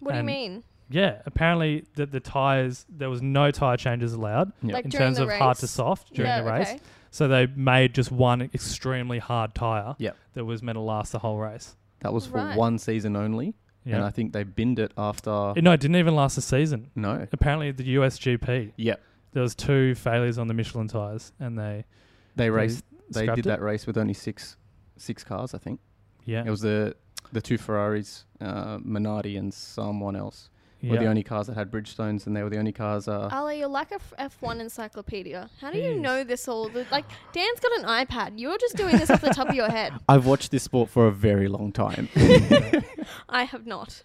[SPEAKER 5] what do you
[SPEAKER 1] and-
[SPEAKER 5] mean?
[SPEAKER 1] Yeah, apparently that the tires there was no tire changes allowed
[SPEAKER 3] Yeah.
[SPEAKER 5] Like
[SPEAKER 1] in
[SPEAKER 5] during
[SPEAKER 1] terms
[SPEAKER 5] the
[SPEAKER 1] of
[SPEAKER 5] race?
[SPEAKER 1] hard to soft during
[SPEAKER 5] yeah,
[SPEAKER 1] the race.
[SPEAKER 5] Okay.
[SPEAKER 1] So they made just one extremely hard tire
[SPEAKER 3] Yep.
[SPEAKER 1] that was meant to last the whole race.
[SPEAKER 3] That was for
[SPEAKER 5] Right.
[SPEAKER 3] one season only, and I
[SPEAKER 1] Yeah. Eh,
[SPEAKER 3] think they binned it after.
[SPEAKER 1] no, it didn't even last a season.
[SPEAKER 3] no.
[SPEAKER 1] Apparently, the USGP
[SPEAKER 3] Yeah.
[SPEAKER 1] there was two failures on the Michelin tires, and they
[SPEAKER 3] They
[SPEAKER 1] They
[SPEAKER 3] raced. They
[SPEAKER 1] scrapped
[SPEAKER 3] did
[SPEAKER 1] it?
[SPEAKER 3] that race with only six, six cars. I think
[SPEAKER 1] yeah
[SPEAKER 3] it was the the two Ferraris, uh, Minardi and someone else were
[SPEAKER 1] yeah.
[SPEAKER 3] the only cars that had Bridgestones, and they were the only cars. Uh,
[SPEAKER 5] Ali, you're like a f- F1 encyclopedia. How do you
[SPEAKER 1] Jeez.
[SPEAKER 5] know this all? The- Like, Dan's got an iPad. You're just doing this off the top of your head.
[SPEAKER 3] I've watched this sport for a very long time.
[SPEAKER 5] I have not.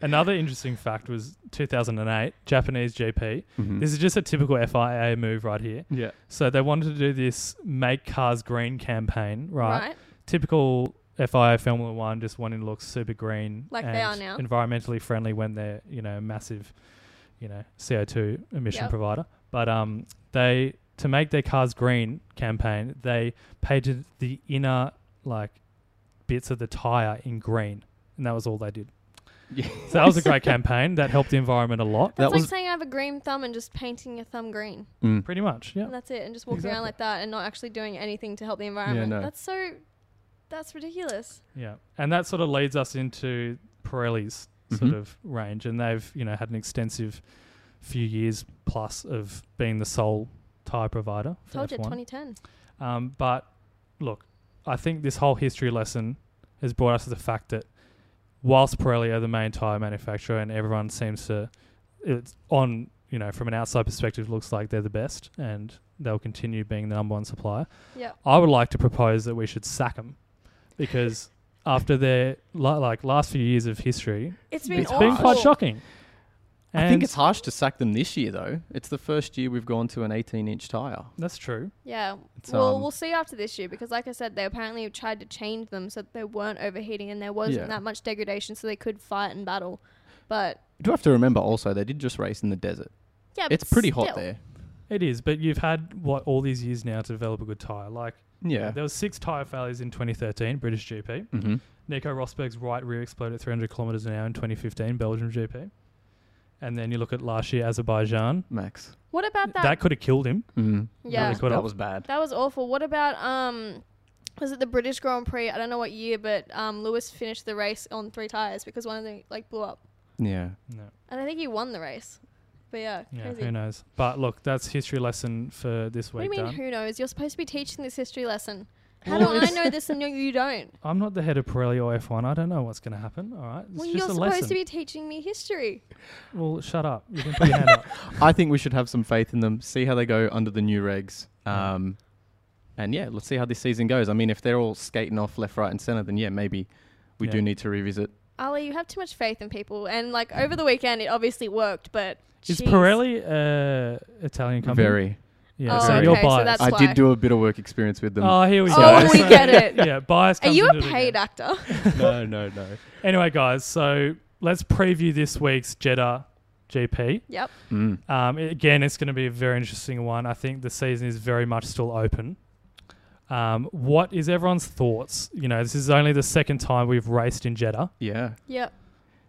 [SPEAKER 1] Another interesting fact was 2008 Japanese GP.
[SPEAKER 3] Mhm.
[SPEAKER 1] This is just a typical FIA move right here.
[SPEAKER 3] yeah.
[SPEAKER 1] So they wanted to do this make cars green campaign, right?
[SPEAKER 5] Right?
[SPEAKER 1] Typical FIA Formula One just wanting to look super green,
[SPEAKER 5] Like they
[SPEAKER 1] and
[SPEAKER 5] are now.
[SPEAKER 1] environmentally friendly when they're you know massive, you know CO two emission
[SPEAKER 5] Yep.
[SPEAKER 1] provider. But um, they to make their cars green campaign, they painted the inner like bits of the tire in green, and that was all they did.
[SPEAKER 3] Yeah.
[SPEAKER 1] So that was a great campaign that helped the environment a lot.
[SPEAKER 5] That's
[SPEAKER 3] That
[SPEAKER 5] like
[SPEAKER 3] was-
[SPEAKER 5] saying I have a green thumb and just painting your thumb green.
[SPEAKER 3] Mm.
[SPEAKER 1] Pretty much, yeah.
[SPEAKER 5] And that's it. And just walking around
[SPEAKER 1] Exactly.
[SPEAKER 5] like that and not actually doing anything to help the environment.
[SPEAKER 3] no.
[SPEAKER 5] That's so. That's ridiculous.
[SPEAKER 1] Yeah, and that sort of leads us into Pirelli's sort
[SPEAKER 3] Mhm.
[SPEAKER 1] of range, and they've you know had an extensive few years plus of being the sole tire provider for
[SPEAKER 5] Told you,
[SPEAKER 1] F1.
[SPEAKER 5] 2010.
[SPEAKER 1] Um, but look, I think this whole history lesson has brought us to the fact that whilst Pirelli are the main tire manufacturer, and everyone seems to, it's on you know from an outside perspective looks like they're the best, and they'll continue being the number one supplier.
[SPEAKER 5] Yep.
[SPEAKER 1] I would like to propose that we should sack them because after their li- like last few years of history,
[SPEAKER 5] It's been
[SPEAKER 1] it's
[SPEAKER 5] awful.
[SPEAKER 1] been quite shocking.
[SPEAKER 3] I think it's harsh to sack them this year, though. It's the first year we've gone to an 18-inch tire.
[SPEAKER 1] that's true.
[SPEAKER 5] Yeah.
[SPEAKER 3] It's,
[SPEAKER 5] well,
[SPEAKER 3] um,
[SPEAKER 5] we'll see after this year because, like I said, they apparently have tried to change them so that they weren't overheating and there wasn't
[SPEAKER 3] Yeah.
[SPEAKER 5] that much degradation, so they could fight and battle. But
[SPEAKER 3] You do have to remember also they did just race in the desert.
[SPEAKER 5] yeah,
[SPEAKER 3] it's
[SPEAKER 5] but
[SPEAKER 3] pretty hot
[SPEAKER 5] still.
[SPEAKER 3] there.
[SPEAKER 1] It is, but you've had what all these years now to develop a good tire, like.
[SPEAKER 3] Yeah.
[SPEAKER 1] There was six tyre failures in 2013, British GP.
[SPEAKER 3] Mm-hmm.
[SPEAKER 1] Nico Rosberg's right rear exploded at 300 kilometres an hour in 2015, Belgium GP. And then you look at last year, Azerbaijan.
[SPEAKER 3] Max.
[SPEAKER 5] What about
[SPEAKER 1] That,
[SPEAKER 5] that?
[SPEAKER 1] could have killed him.
[SPEAKER 3] Mm.
[SPEAKER 5] yeah,
[SPEAKER 1] really could
[SPEAKER 3] that
[SPEAKER 1] have.
[SPEAKER 3] was bad.
[SPEAKER 5] that was awful. What about um, was it the British Grand Prix? I don't know what year, but um, Lewis finished the race on three tires because one of them like blew up,
[SPEAKER 3] Yeah.
[SPEAKER 1] No.
[SPEAKER 5] and I think he won the race. But yeah,
[SPEAKER 1] Yeah,
[SPEAKER 5] crazy.
[SPEAKER 1] who knows? But look, that's history lesson for this
[SPEAKER 5] What do
[SPEAKER 1] week.
[SPEAKER 5] you mean?
[SPEAKER 1] done.
[SPEAKER 5] Who knows? You're supposed to be teaching this history lesson. How
[SPEAKER 1] Well,
[SPEAKER 5] do I
[SPEAKER 1] it's-
[SPEAKER 5] know this and you- you don't?
[SPEAKER 1] I'm not the head of Pirelli or F1. I don't know what's going to happen. All right. It's
[SPEAKER 5] well,
[SPEAKER 1] just
[SPEAKER 5] you're
[SPEAKER 1] a
[SPEAKER 5] supposed
[SPEAKER 1] lesson.
[SPEAKER 5] to be teaching me history.
[SPEAKER 1] well, shut up. You can put your hand up.
[SPEAKER 3] I think we should have some faith in them. See how they go under the new regs.
[SPEAKER 1] Mm.
[SPEAKER 3] Um, and yeah, let's see how this season goes. I mean, if they're all skating off left, right, and center, then yeah, maybe we
[SPEAKER 1] Yeah.
[SPEAKER 3] do need to revisit.
[SPEAKER 5] Ali, you have too much faith in people. And like over the weekend, it obviously worked, but
[SPEAKER 1] Is
[SPEAKER 5] jeez.
[SPEAKER 1] Pirelli uh, Italian company?
[SPEAKER 3] Very.
[SPEAKER 1] Yeah,
[SPEAKER 5] Oh,
[SPEAKER 1] so
[SPEAKER 3] okay,
[SPEAKER 1] you're
[SPEAKER 5] so
[SPEAKER 1] biased.
[SPEAKER 5] that's-
[SPEAKER 3] I
[SPEAKER 5] why.
[SPEAKER 3] did do a bit of work experience with them.
[SPEAKER 1] oh, here we
[SPEAKER 5] Oh,
[SPEAKER 1] go.
[SPEAKER 5] we
[SPEAKER 1] So,
[SPEAKER 5] get it.
[SPEAKER 1] Yeah, bias
[SPEAKER 5] Are
[SPEAKER 1] comes
[SPEAKER 5] you
[SPEAKER 1] into
[SPEAKER 5] a
[SPEAKER 1] it again.
[SPEAKER 5] paid actor?
[SPEAKER 3] no, no, no.
[SPEAKER 1] Anyway, guys, so let's preview this week's Jeddah GP.
[SPEAKER 5] yep.
[SPEAKER 3] Mm.
[SPEAKER 1] Um, it- again, it's going to be a very interesting one. I think the season is very much still open. Um, what is everyone's thoughts? You know, this is only the second time we've raced in Jeddah.
[SPEAKER 3] Yeah.
[SPEAKER 5] Yep.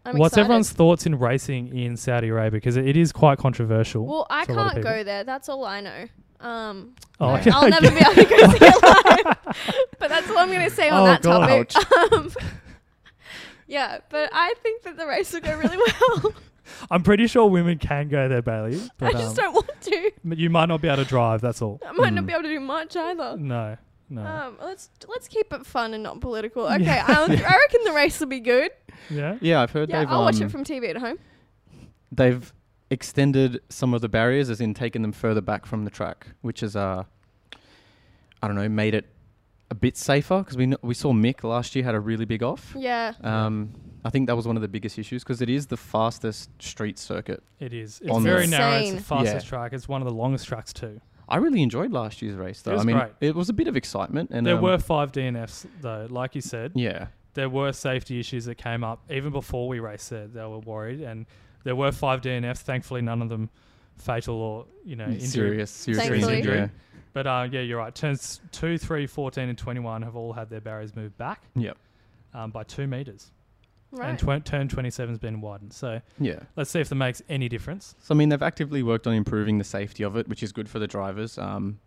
[SPEAKER 5] I'm
[SPEAKER 1] What's
[SPEAKER 5] excited.
[SPEAKER 1] everyone's thoughts in racing in Saudi Arabia? Because it is quite controversial.
[SPEAKER 5] Well, I
[SPEAKER 1] to a lot of
[SPEAKER 5] can't
[SPEAKER 1] people.
[SPEAKER 5] go there. That's all I know. Um,
[SPEAKER 1] Oh,
[SPEAKER 5] I- I'll
[SPEAKER 1] okay.
[SPEAKER 5] never be able to go see it live. but that's all I'm going to say on
[SPEAKER 1] Oh,
[SPEAKER 5] that
[SPEAKER 1] God.
[SPEAKER 5] topic. Um, yeah, but I think that the race will go really well.
[SPEAKER 1] I'm pretty sure women can go there, Bailey.
[SPEAKER 5] I
[SPEAKER 1] But,
[SPEAKER 5] just
[SPEAKER 1] um,
[SPEAKER 5] don't want to.
[SPEAKER 1] but you might not be able to drive. That's all.
[SPEAKER 5] I might not
[SPEAKER 3] Mm.
[SPEAKER 5] be able to do much either.
[SPEAKER 1] No, no.
[SPEAKER 5] Um, let's let's keep it fun and not political. Okay,
[SPEAKER 1] Yeah.
[SPEAKER 5] I, I reckon the race will be good.
[SPEAKER 1] yeah.
[SPEAKER 3] Yeah, I've heard
[SPEAKER 5] Yeah,
[SPEAKER 3] they've
[SPEAKER 5] I'll watch
[SPEAKER 3] um,
[SPEAKER 5] it from TV at home.
[SPEAKER 3] they've extended some of the barriers, as in taken them further back from the track, which is uh, I don't know, made it a bit safer because we kn- we saw Mick last year had a really big off.
[SPEAKER 5] Yeah.
[SPEAKER 3] Um, I think that was one of the biggest issues because it is the fastest street circuit.
[SPEAKER 1] It is. It's
[SPEAKER 3] On
[SPEAKER 1] very
[SPEAKER 5] the-
[SPEAKER 1] narrow. It's the
[SPEAKER 5] Insane.
[SPEAKER 1] fastest
[SPEAKER 3] Yeah.
[SPEAKER 1] track. It's one of the longest tracks too.
[SPEAKER 3] I really enjoyed last year's race though.
[SPEAKER 1] It was
[SPEAKER 3] I mean,
[SPEAKER 1] great.
[SPEAKER 3] it was a bit of excitement and
[SPEAKER 1] there
[SPEAKER 3] um,
[SPEAKER 1] were five DNFs though. Like you said,
[SPEAKER 3] yeah.
[SPEAKER 1] there were safety issues that came up even before we raced there. They were worried, and there were five DNFs. Thankfully, none of them fatal or you know injury.
[SPEAKER 3] serious, serious
[SPEAKER 5] Thankfully.
[SPEAKER 3] injury. Yeah.
[SPEAKER 1] But uh, yeah, you're right. Turns two, three, 14, and 21 have all had their barriers moved back
[SPEAKER 3] Yep.
[SPEAKER 1] um, by two meters, and
[SPEAKER 5] Right.
[SPEAKER 1] tw- turn 27 has been widened. So
[SPEAKER 3] Yeah.
[SPEAKER 1] let's see if that makes any difference.
[SPEAKER 3] So I mean, they've actively worked on improving the safety of it, which is good for the drivers. Um,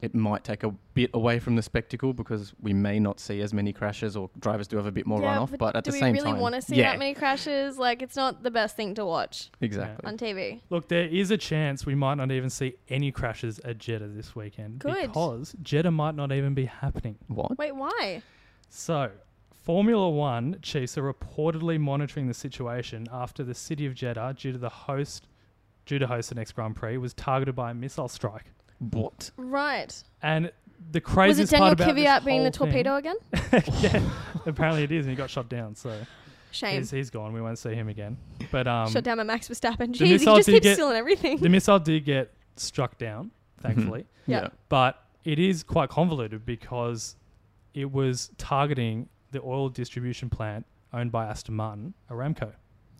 [SPEAKER 3] it might take a bit away from the spectacle because we may not see as many crashes, or drivers do have a bit more runoff. But, at
[SPEAKER 5] do
[SPEAKER 3] the
[SPEAKER 5] we
[SPEAKER 3] same
[SPEAKER 5] really
[SPEAKER 3] time,
[SPEAKER 5] want to see
[SPEAKER 3] yeah,
[SPEAKER 5] that many crashes? Like, it's not the best thing to watch
[SPEAKER 3] exactly.
[SPEAKER 5] on TV.
[SPEAKER 1] Look, there is a chance we might not even see any crashes at Jeddah this weekend
[SPEAKER 5] Good.
[SPEAKER 1] because Jeddah might not even be happening.
[SPEAKER 3] What?
[SPEAKER 5] Wait, why?
[SPEAKER 1] So, Formula One chiefs are reportedly monitoring the situation after the city of Jeddah, due to the host, due to host the next Grand Prix, was targeted by a missile strike.
[SPEAKER 3] What?
[SPEAKER 5] Right.
[SPEAKER 1] And the
[SPEAKER 5] Was
[SPEAKER 1] craziest
[SPEAKER 5] it Daniel
[SPEAKER 1] part about this
[SPEAKER 5] Kvyat being the
[SPEAKER 1] whole thing-
[SPEAKER 5] torpedo again?
[SPEAKER 1] yeah, apparently it is, and he got shot down. So
[SPEAKER 5] Shame.
[SPEAKER 1] he's, he's gone. We won't see him again. But um,
[SPEAKER 5] Shut down by Max Verstappen.
[SPEAKER 1] the
[SPEAKER 5] Jeez, he
[SPEAKER 1] missile
[SPEAKER 5] just
[SPEAKER 1] did
[SPEAKER 5] keeps
[SPEAKER 1] get-
[SPEAKER 5] stealing everything.
[SPEAKER 1] the missile did get struck down, thankfully.
[SPEAKER 3] Mm-hmm.
[SPEAKER 5] Yeah.
[SPEAKER 1] but it is quite convoluted because it was targeting the oil distribution plant owned by Aston Martin, Aramco.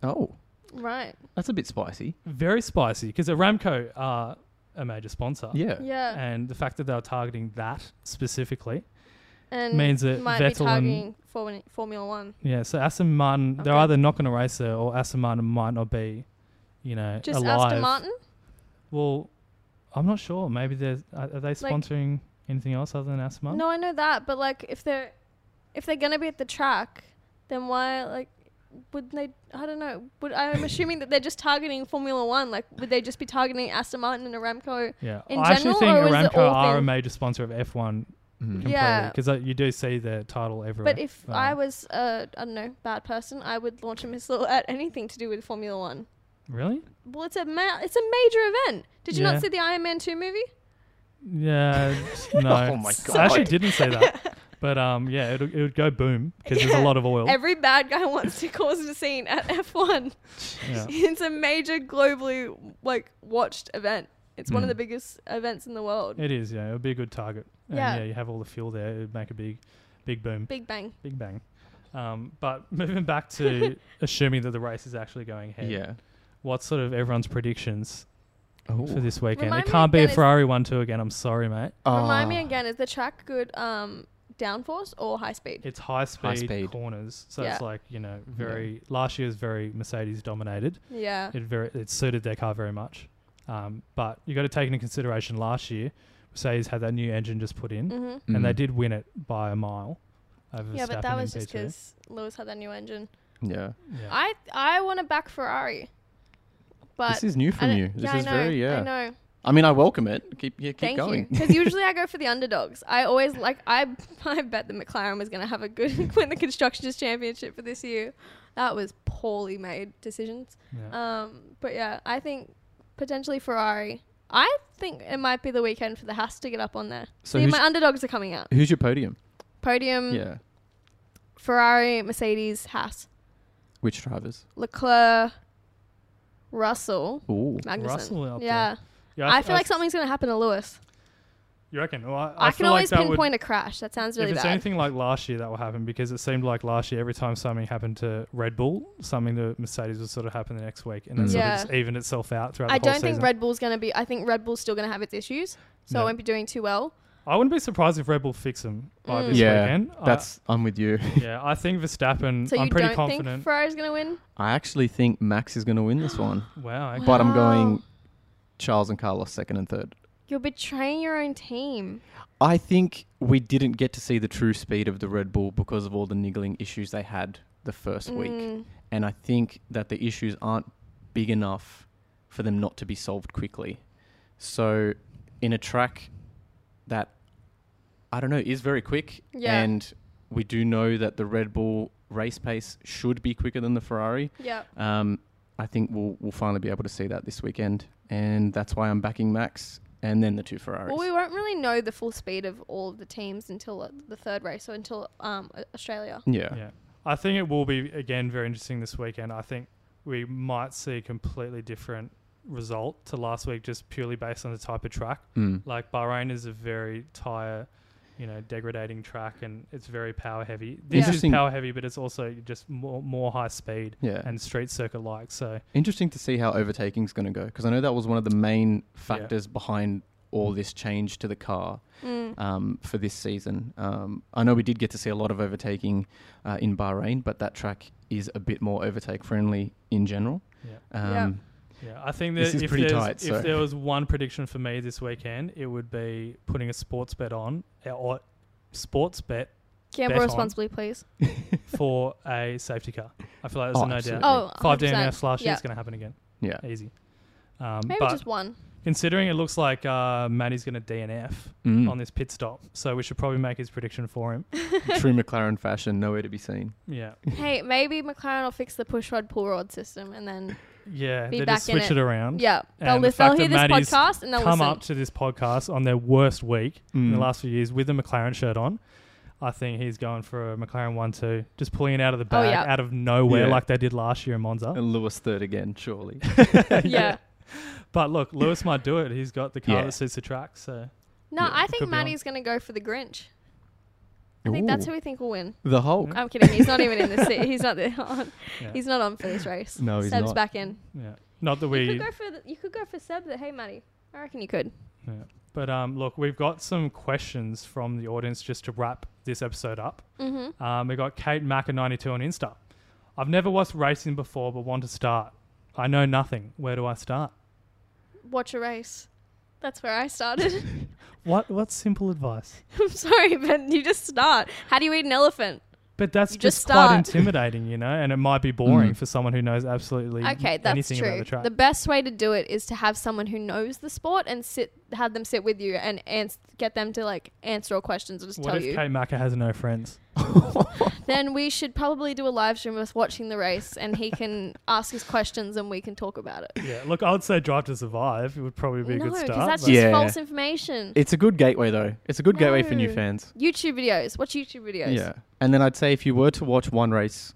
[SPEAKER 3] Oh,
[SPEAKER 5] right.
[SPEAKER 3] that's a bit spicy.
[SPEAKER 1] Very spicy because Aramco are a major sponsor.
[SPEAKER 3] Yeah.
[SPEAKER 5] Yeah.
[SPEAKER 1] And the fact that they were targeting that specifically,
[SPEAKER 5] And
[SPEAKER 1] means that Vettel
[SPEAKER 5] might be
[SPEAKER 1] and-
[SPEAKER 5] targeting Formu- Formula One.
[SPEAKER 1] yeah. So Aston Martin, they're
[SPEAKER 5] Okay.
[SPEAKER 1] either not going to race there, or Aston Martin might not be, you know,
[SPEAKER 5] Just
[SPEAKER 1] alive.
[SPEAKER 5] Aston Martin?
[SPEAKER 1] Well, I'm not sure. Maybe they're are are they sponsoring anything else other than Aston Martin?
[SPEAKER 5] No, I know that, but like if they're if they're gonna be at the track, then why like would they? I don't know. Would I'm assuming that they're just targeting Formula One? Like would they just be targeting Aston Martin and Aramco?
[SPEAKER 1] Yeah,
[SPEAKER 5] In
[SPEAKER 1] I actually
[SPEAKER 5] general,
[SPEAKER 1] think
[SPEAKER 5] or is it
[SPEAKER 1] Aramco
[SPEAKER 5] all
[SPEAKER 1] are a
[SPEAKER 5] thing?
[SPEAKER 1] major sponsor of F1
[SPEAKER 3] Mhm.
[SPEAKER 1] completely
[SPEAKER 5] Yeah.
[SPEAKER 1] because you do see the title everywhere.
[SPEAKER 5] But if
[SPEAKER 1] Um,
[SPEAKER 5] I was a I don't know bad person, I would launch a missile at anything to do with Formula One.
[SPEAKER 1] really,
[SPEAKER 5] Well, it's a ma- it's a major event. Did you
[SPEAKER 1] Yeah.
[SPEAKER 5] not see the Iron Man two movie?
[SPEAKER 1] yeah, no,
[SPEAKER 3] Oh my
[SPEAKER 1] I actually
[SPEAKER 3] God.
[SPEAKER 1] didn't say that. But um, yeah, it it would go boom because there's a
[SPEAKER 5] Yeah.
[SPEAKER 1] lot of oil.
[SPEAKER 5] Every bad guy wants to cause a scene at F1.
[SPEAKER 1] yeah.
[SPEAKER 5] It's a major globally like watched event. It's one
[SPEAKER 1] Hmm.
[SPEAKER 5] of
[SPEAKER 3] Mm.
[SPEAKER 5] the biggest events in the world.
[SPEAKER 1] It is, yeah. It would be a good target. And yeah.
[SPEAKER 5] Yeah.
[SPEAKER 1] you have all the fuel there. It would make a big, big boom,
[SPEAKER 5] Big Bang.
[SPEAKER 1] big bang. Um, but moving back to assuming that the race is actually going
[SPEAKER 3] Yeah.
[SPEAKER 1] ahead. What's sort of everyone's predictions
[SPEAKER 3] Oh.
[SPEAKER 1] for this weekend?
[SPEAKER 5] Remind
[SPEAKER 1] it
[SPEAKER 5] me
[SPEAKER 1] can't be a
[SPEAKER 5] again, is-
[SPEAKER 1] Ferrari one two again. I'm sorry, mate.
[SPEAKER 5] Remind me
[SPEAKER 3] Ah.
[SPEAKER 5] again, is the track good um downforce or high speed?
[SPEAKER 1] It's high speed,
[SPEAKER 3] speed.
[SPEAKER 1] corners, so it's
[SPEAKER 5] Yeah.
[SPEAKER 1] like you know very. Last year's very Mercedes dominated.
[SPEAKER 5] yeah.
[SPEAKER 1] It very it suited their car very much, um, but you got to take into consideration last year Mercedes had that new engine just put in,
[SPEAKER 5] hmm
[SPEAKER 1] and they
[SPEAKER 3] Mm.
[SPEAKER 1] did win it by a mile. Over
[SPEAKER 5] Yeah, but
[SPEAKER 1] Verstappen
[SPEAKER 5] that
[SPEAKER 1] and
[SPEAKER 5] was just
[SPEAKER 1] P2.
[SPEAKER 5] because Lewis had that new engine.
[SPEAKER 3] Yeah.
[SPEAKER 1] Yeah.
[SPEAKER 5] I I want to back Ferrari, but
[SPEAKER 3] this is new
[SPEAKER 5] I
[SPEAKER 3] from
[SPEAKER 5] don't-
[SPEAKER 3] you. This
[SPEAKER 5] yeah, I
[SPEAKER 3] is
[SPEAKER 5] know,
[SPEAKER 3] very yeah.
[SPEAKER 5] I know.
[SPEAKER 3] I mean, I welcome it. Keep yeah, keep
[SPEAKER 5] Thank you.
[SPEAKER 3] going.
[SPEAKER 5] Because usually I go for the underdogs. I always like I I bet the McLaren was gonna have a good win the constructors championship for this year. That was poorly made decisions.
[SPEAKER 1] yeah.
[SPEAKER 5] Um, but yeah, I think potentially Ferrari. I think it might be the weekend for the Haas to get up on there.
[SPEAKER 3] So
[SPEAKER 5] See,
[SPEAKER 3] who's-
[SPEAKER 5] my Mm. underdogs are coming out.
[SPEAKER 3] Who's your podium?
[SPEAKER 5] Podium,
[SPEAKER 3] Yeah.
[SPEAKER 5] Ferrari, Mercedes, Haas,
[SPEAKER 3] Which drivers?
[SPEAKER 5] Leclerc, Russell,
[SPEAKER 3] Ooh.
[SPEAKER 5] Magnussen.
[SPEAKER 1] Russell up there.
[SPEAKER 5] yeah.
[SPEAKER 1] Yeah,
[SPEAKER 5] I,
[SPEAKER 1] th-
[SPEAKER 5] feel like something's going to happen to Lewis.
[SPEAKER 1] you reckon. Well, I,
[SPEAKER 5] I,
[SPEAKER 1] I
[SPEAKER 5] can
[SPEAKER 1] feel
[SPEAKER 5] always
[SPEAKER 1] like that would-
[SPEAKER 5] pinpoint a crash. That sounds really
[SPEAKER 1] if it's
[SPEAKER 5] bad.
[SPEAKER 1] anything like last year, that will happen because it seemed like last year, every time something happened to Red Bull, something to Mercedes would sort of happen the next week, and it
[SPEAKER 3] Mm.
[SPEAKER 1] sort
[SPEAKER 5] Yeah.
[SPEAKER 1] of just evened itself out throughout
[SPEAKER 5] I
[SPEAKER 1] the whole
[SPEAKER 5] don't
[SPEAKER 1] season.
[SPEAKER 5] think Red Bull's going to be. I think Red Bull's still going to have its issues, so
[SPEAKER 1] No.
[SPEAKER 5] it won't be doing too well.
[SPEAKER 1] I wouldn't be surprised if Red Bull fix them by
[SPEAKER 5] Mm.
[SPEAKER 1] this
[SPEAKER 3] Yeah,
[SPEAKER 1] weekend. I-
[SPEAKER 3] That's I'm with you.
[SPEAKER 1] yeah, I think Verstappen.
[SPEAKER 5] So
[SPEAKER 1] I'm
[SPEAKER 5] you
[SPEAKER 1] pretty
[SPEAKER 5] don't think
[SPEAKER 1] confident.
[SPEAKER 5] Ferrari's going to win?
[SPEAKER 3] I actually think Max is going to win this one,
[SPEAKER 1] wow. okay.
[SPEAKER 3] but I'm
[SPEAKER 5] Wow.
[SPEAKER 3] going Charles and Carlos second and third.
[SPEAKER 5] You're betraying your own team.
[SPEAKER 3] I think we didn't get to see the true speed of the Red Bull because of all the niggling issues they had the first week,
[SPEAKER 5] Mm.
[SPEAKER 3] and I think that the issues aren't big enough for them not to be solved quickly. So, in a track that I don't know is very quick,
[SPEAKER 5] Yeah.
[SPEAKER 3] and we do know that the Red Bull race pace should be quicker than the Ferrari.
[SPEAKER 5] Yeah.
[SPEAKER 3] Um, I think we'll we'll finally be able to see that this weekend, and that's why I'm backing Max and then the two Ferraris.
[SPEAKER 5] Well, we won't really know the full speed of all of the teams until uh, the third race, or until um, Au- Australia.
[SPEAKER 3] yeah.
[SPEAKER 1] Yeah. I think it will be again very interesting this weekend. I think we might see a completely different result to last week, just purely based on the type of track.
[SPEAKER 3] Mm.
[SPEAKER 1] Like Bahrain is a very tire, you know, degrading track, and it's very power heavy. This is
[SPEAKER 3] Interesting.
[SPEAKER 1] power heavy, but it's also just more more high speed
[SPEAKER 3] Yeah.
[SPEAKER 1] and street circuit like. So
[SPEAKER 3] Interesting to see how overtaking's going to go because I know that was one of the main factors behind all this change to the car
[SPEAKER 5] Mm.
[SPEAKER 3] um, for this season. Um, I know we did get to see a lot of overtaking uh, in Bahrain, but that track is a bit more overtake friendly in general.
[SPEAKER 1] yeah.
[SPEAKER 5] Yeah.
[SPEAKER 3] Um,
[SPEAKER 1] Yeah, I think
[SPEAKER 3] This
[SPEAKER 1] that
[SPEAKER 3] is
[SPEAKER 1] if,
[SPEAKER 3] pretty
[SPEAKER 1] there's,
[SPEAKER 3] tight,
[SPEAKER 1] if
[SPEAKER 3] so-
[SPEAKER 1] there was one prediction for me this weekend, it would be putting a sports bet on uh, or sports bet
[SPEAKER 5] Gamble
[SPEAKER 1] Bet on.
[SPEAKER 5] responsibly, please.
[SPEAKER 1] for a safety car. I feel like there's
[SPEAKER 3] Oh,
[SPEAKER 1] no
[SPEAKER 3] absolutely.
[SPEAKER 1] doubt.
[SPEAKER 5] Oh,
[SPEAKER 1] Five
[SPEAKER 5] 100%.
[SPEAKER 1] DNFs last year
[SPEAKER 5] Yeah.
[SPEAKER 1] is going to happen again.
[SPEAKER 3] yeah.
[SPEAKER 1] Easy. Um,
[SPEAKER 5] Maybe
[SPEAKER 1] but
[SPEAKER 5] just one.
[SPEAKER 1] considering it looks like uh, Matty's going to DNF
[SPEAKER 5] Hmm.
[SPEAKER 3] Mm.
[SPEAKER 1] on this pit stop, so we should probably make his prediction for him.
[SPEAKER 3] True McLaren fashion, nowhere to be seen.
[SPEAKER 1] Yeah,
[SPEAKER 5] hey, maybe McLaren will fix the push rod pull rod system, and then
[SPEAKER 1] yeah.
[SPEAKER 5] Be
[SPEAKER 1] they
[SPEAKER 5] back
[SPEAKER 1] just
[SPEAKER 5] in
[SPEAKER 1] switch
[SPEAKER 5] it.
[SPEAKER 1] it, around.
[SPEAKER 5] yeah, they'll,
[SPEAKER 1] And the
[SPEAKER 5] lis- they'll
[SPEAKER 1] fact
[SPEAKER 5] hear
[SPEAKER 1] that
[SPEAKER 5] this
[SPEAKER 1] Maddie's
[SPEAKER 5] podcast and they'll
[SPEAKER 1] Come
[SPEAKER 5] listen.
[SPEAKER 1] up to this podcast on their worst week in the
[SPEAKER 3] Mm.
[SPEAKER 1] last few years with a McLaren shirt on. I think he's going for a McLaren one two, just pulling it out of the
[SPEAKER 5] Oh,
[SPEAKER 1] bag,
[SPEAKER 5] yeah.
[SPEAKER 1] out of nowhere,
[SPEAKER 3] Yeah.
[SPEAKER 1] like they did last year in Monza.
[SPEAKER 3] And Lewis third again, surely.
[SPEAKER 5] yeah.
[SPEAKER 1] But look, Lewis might do it. He's got the car
[SPEAKER 3] Yeah.
[SPEAKER 1] that suits the track, so
[SPEAKER 5] No,
[SPEAKER 3] Yeah,
[SPEAKER 5] I
[SPEAKER 1] it could
[SPEAKER 5] think
[SPEAKER 1] be
[SPEAKER 5] Maddie's going to go for the Grinch. I think that's
[SPEAKER 3] Ooh.
[SPEAKER 5] who we think will win.
[SPEAKER 3] the Hulk.
[SPEAKER 5] I'm kidding. He's not even in this. se- He's not there on.
[SPEAKER 1] Yeah.
[SPEAKER 5] He's not on for this race.
[SPEAKER 3] No, he's
[SPEAKER 5] Seb's
[SPEAKER 3] not.
[SPEAKER 5] back in.
[SPEAKER 1] yeah. Not that
[SPEAKER 5] you
[SPEAKER 1] we,
[SPEAKER 5] could go for the, you could go for Seb. That, hey, Maddie, I reckon you could.
[SPEAKER 1] yeah. but um, look, we've got some questions from the audience just to wrap this episode up.
[SPEAKER 5] Mm-hmm.
[SPEAKER 1] Um, we got Kate Macker ninety two on Insta. I've never watched racing before, but want to start. I know nothing. Where do I start?
[SPEAKER 5] Watch a race. That's where I started.
[SPEAKER 1] What what simple advice?
[SPEAKER 5] I'm sorry, but you just start. How do you eat an elephant?
[SPEAKER 1] But that's
[SPEAKER 5] You
[SPEAKER 1] just,
[SPEAKER 5] just
[SPEAKER 1] quite
[SPEAKER 5] start.
[SPEAKER 1] intimidating, you know, and it might be boring
[SPEAKER 3] Mm.
[SPEAKER 1] for someone who knows absolutely
[SPEAKER 5] Okay, that's
[SPEAKER 1] anything about
[SPEAKER 5] true.
[SPEAKER 1] the track.
[SPEAKER 5] The best way to do it is to have someone who knows the sport and sit, have them sit with you and ans- get them to like answer all questions or just
[SPEAKER 1] what
[SPEAKER 5] tell
[SPEAKER 1] if
[SPEAKER 5] you.
[SPEAKER 1] Kate Macker has no friends?
[SPEAKER 5] then we should probably do a live stream of us watching the race, and he can ask us questions and we can talk about it.
[SPEAKER 1] Yeah, look, I would say Drive to Survive. It would probably be a
[SPEAKER 5] no,
[SPEAKER 1] good
[SPEAKER 5] because
[SPEAKER 1] start.
[SPEAKER 5] that's
[SPEAKER 1] but-
[SPEAKER 5] just
[SPEAKER 3] Yeah.
[SPEAKER 5] false information.
[SPEAKER 3] It's a good gateway, though. It's a good gateway for new
[SPEAKER 5] No.
[SPEAKER 3] fans.
[SPEAKER 5] YouTube videos. Watch YouTube videos.
[SPEAKER 3] Yeah. And then I'd say if you were to watch one race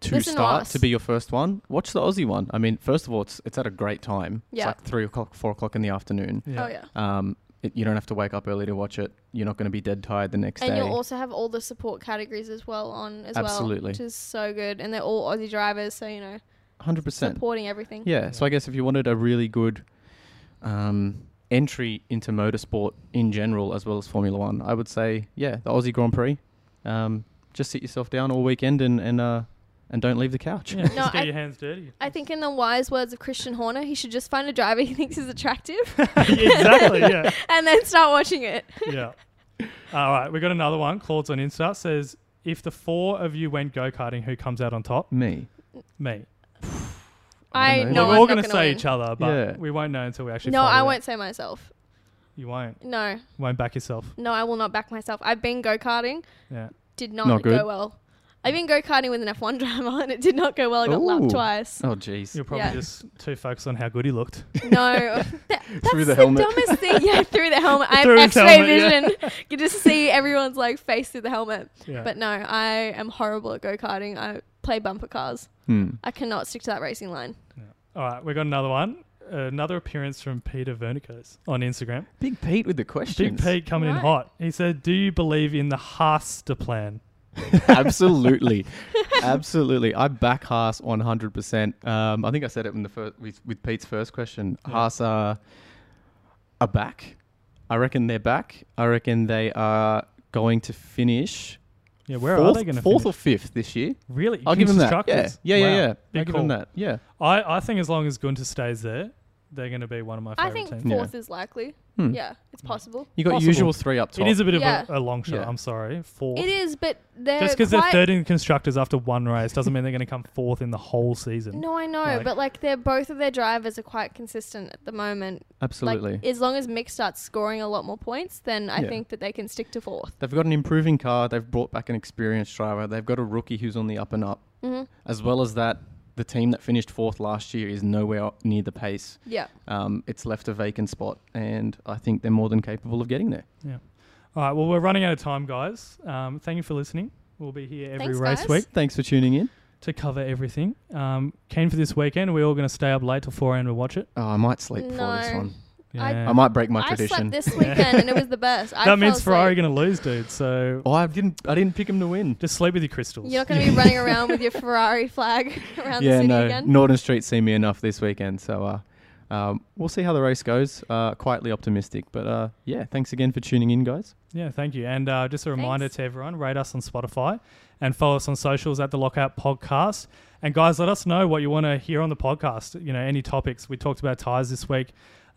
[SPEAKER 3] to
[SPEAKER 5] Listen to
[SPEAKER 3] start
[SPEAKER 5] us.
[SPEAKER 3] to be your first one, watch the Aussie one. I mean, first of all, it's it's at a great time. It's
[SPEAKER 5] Yeah.
[SPEAKER 3] like three o'clock, four o'clock in the afternoon.
[SPEAKER 1] yeah.
[SPEAKER 5] Oh yeah.
[SPEAKER 3] Um, it, you don't have to wake up early to watch it. You're not going to be dead tired the next
[SPEAKER 5] And
[SPEAKER 3] day.
[SPEAKER 5] you'll also have all the support categories as well on as
[SPEAKER 3] Absolutely.
[SPEAKER 5] well, which is so good. And they're all Aussie drivers, so you know,
[SPEAKER 3] Hundred percent.
[SPEAKER 5] supporting everything.
[SPEAKER 3] Yeah. So I guess if you wanted a really good um, entry into motorsport in general, as well as Formula One, I would say yeah, the Aussie Grand Prix. Um, just sit yourself down all weekend and and uh, and don't leave the couch.
[SPEAKER 1] Yeah, just get
[SPEAKER 5] I-
[SPEAKER 1] your hands dirty.
[SPEAKER 5] I think in the wise words of Christian Horner, he should just find a driver he thinks is attractive
[SPEAKER 1] exactly. Yeah.
[SPEAKER 5] and then start watching it.
[SPEAKER 1] Yeah. All right, we got another one. Claude's on Insta says, "If the four of you went go karting, who comes out on top?
[SPEAKER 3] Me.
[SPEAKER 1] Me."
[SPEAKER 5] I,
[SPEAKER 3] don't
[SPEAKER 5] know
[SPEAKER 1] Well, we're
[SPEAKER 5] I'm
[SPEAKER 1] all
[SPEAKER 5] not
[SPEAKER 1] gonna
[SPEAKER 5] gonna
[SPEAKER 1] say
[SPEAKER 5] win.
[SPEAKER 1] each other, but
[SPEAKER 3] Yeah.
[SPEAKER 1] we won't know until we actually.
[SPEAKER 5] No,
[SPEAKER 1] find
[SPEAKER 5] I
[SPEAKER 1] out.
[SPEAKER 5] won't say myself.
[SPEAKER 1] You won't.
[SPEAKER 5] No,
[SPEAKER 1] Won't back yourself.
[SPEAKER 5] no, I will not back myself. I've been go karting,
[SPEAKER 1] Yeah.
[SPEAKER 5] did not,
[SPEAKER 3] Not good.
[SPEAKER 5] go well. I've been go karting with an F1 driver and it did not go well. I got
[SPEAKER 3] Ooh.
[SPEAKER 5] lapped twice.
[SPEAKER 3] Oh jeez.
[SPEAKER 1] You're probably
[SPEAKER 5] Yeah.
[SPEAKER 1] just too focused on how good he looked.
[SPEAKER 5] No, that, that's
[SPEAKER 3] Through the
[SPEAKER 5] the,
[SPEAKER 3] helmet.
[SPEAKER 5] dumbest thing. Yeah, through the helmet. I have
[SPEAKER 1] Through his
[SPEAKER 5] X-ray
[SPEAKER 1] helmet,
[SPEAKER 5] vision. You just see everyone's like face through the helmet.
[SPEAKER 1] Yeah.
[SPEAKER 5] But no, I am horrible at go karting. I play bumper cars.
[SPEAKER 3] Hmm.
[SPEAKER 5] I cannot stick to that racing line.
[SPEAKER 1] all right, we got another one. another appearance from Peter Vernikos on Instagram.
[SPEAKER 3] Big Pete with the questions.
[SPEAKER 1] Big Pete coming in
[SPEAKER 5] Right.
[SPEAKER 1] hot. He said, "Do you believe in the Haas-Ster plan?"
[SPEAKER 3] Absolutely. Absolutely. I back Haas 100%. Um, I think I said it in the first, with, with Pete's first question.
[SPEAKER 1] Yeah.
[SPEAKER 3] Haas are, are back. I reckon they're back. I reckon they are going to finish
[SPEAKER 1] Yeah, where
[SPEAKER 3] fourth,
[SPEAKER 1] are they going to
[SPEAKER 3] fourth
[SPEAKER 1] finish?
[SPEAKER 3] or fifth this year.
[SPEAKER 1] Really?
[SPEAKER 3] I'll give them that. Yeah,
[SPEAKER 1] Constructors?
[SPEAKER 3] yeah, yeah.
[SPEAKER 1] Wow.
[SPEAKER 3] yeah.
[SPEAKER 1] Big
[SPEAKER 3] I'll give them
[SPEAKER 1] call.
[SPEAKER 3] that. Yeah.
[SPEAKER 1] I, I think as long as Gunter stays there, they're going to be one of my
[SPEAKER 5] I
[SPEAKER 1] favorite
[SPEAKER 5] think
[SPEAKER 1] teams.
[SPEAKER 3] Yeah.
[SPEAKER 5] fourth is likely.
[SPEAKER 3] Hmm.
[SPEAKER 5] Yeah, it's possible.
[SPEAKER 3] You got
[SPEAKER 1] Possible.
[SPEAKER 3] usual three up top.
[SPEAKER 1] It is a bit
[SPEAKER 5] Yeah.
[SPEAKER 1] of a, a long shot.
[SPEAKER 3] Yeah.
[SPEAKER 1] I'm sorry. Fourth.
[SPEAKER 5] It is, but they're
[SPEAKER 1] Just because they're
[SPEAKER 5] Uh, quite-
[SPEAKER 1] third in constructors after one race doesn't mean they're going to come fourth in the whole season.
[SPEAKER 5] No, I know,
[SPEAKER 1] Like-
[SPEAKER 5] but like they're both of their drivers are quite consistent at the moment.
[SPEAKER 3] Absolutely.
[SPEAKER 5] Like as long as Mick starts scoring a lot more points, then I
[SPEAKER 3] Yeah.
[SPEAKER 5] think that they can stick to fourth.
[SPEAKER 3] They've got an improving car. They've brought back an experienced driver. They've got a rookie who's on the up and up.
[SPEAKER 5] Mhm.
[SPEAKER 3] As well as that, the team that finished fourth last year is nowhere near the pace.
[SPEAKER 5] Yeah.
[SPEAKER 3] Um, it's left a vacant spot, and I think they're more than capable of getting there.
[SPEAKER 1] All right. Well, we're running out of time, guys. Um, thank you for listening. We'll be here every
[SPEAKER 5] Thanks,
[SPEAKER 1] race
[SPEAKER 5] guys.
[SPEAKER 1] week
[SPEAKER 3] Thanks for tuning in.
[SPEAKER 1] to cover everything. Um, Kane for this weekend. We're all going to stay up late till 4 a.m. to watch it.
[SPEAKER 3] Oh, I might sleep for this
[SPEAKER 5] No.
[SPEAKER 3] one.
[SPEAKER 5] I-
[SPEAKER 1] Yeah.
[SPEAKER 3] I might break my
[SPEAKER 5] I
[SPEAKER 3] tradition.
[SPEAKER 5] slept this weekend and it was the best. I fell
[SPEAKER 1] that means
[SPEAKER 5] asleep.
[SPEAKER 1] Ferrari going to lose, dude. So
[SPEAKER 3] oh, I didn't. I didn't pick him to win.
[SPEAKER 1] just sleep with your crystals.
[SPEAKER 5] You're not going to be running around with your Ferrari flag around the
[SPEAKER 3] yeah,
[SPEAKER 5] city
[SPEAKER 3] no.
[SPEAKER 5] again.
[SPEAKER 3] Norton Street see me enough this weekend, so uh, um, we'll see how the race goes. Uh, quietly optimistic, but uh, yeah. Thanks again for tuning in, guys.
[SPEAKER 1] Yeah, thank you. And uh, just a reminder
[SPEAKER 5] Thanks.
[SPEAKER 1] to everyone rate us on Spotify and follow us on socials at the Lockout Podcast. And guys, let us know what you want to hear on the podcast. You know, any topics. We talked about tires this week,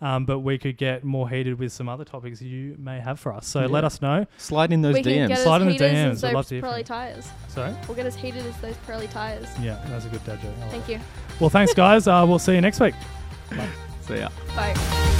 [SPEAKER 1] um, but we could get more heated with some other topics you may have for us. So
[SPEAKER 3] Yeah.
[SPEAKER 1] let us know.
[SPEAKER 3] Slide in those
[SPEAKER 5] We can
[SPEAKER 3] DMs.
[SPEAKER 5] get as
[SPEAKER 1] Slide in the
[SPEAKER 5] heated
[SPEAKER 1] DMs.
[SPEAKER 5] as
[SPEAKER 1] We'd love
[SPEAKER 5] those
[SPEAKER 1] to hear from
[SPEAKER 5] pearly
[SPEAKER 1] you.
[SPEAKER 5] tires.
[SPEAKER 1] Sorry?
[SPEAKER 5] We'll get as heated as those pearly tires.
[SPEAKER 1] Yeah, that was a good dad joke. I like
[SPEAKER 5] Thank
[SPEAKER 1] it.
[SPEAKER 5] you.
[SPEAKER 1] Well, thanks, guys. uh, we'll see you next week.
[SPEAKER 3] see ya.
[SPEAKER 5] Bye.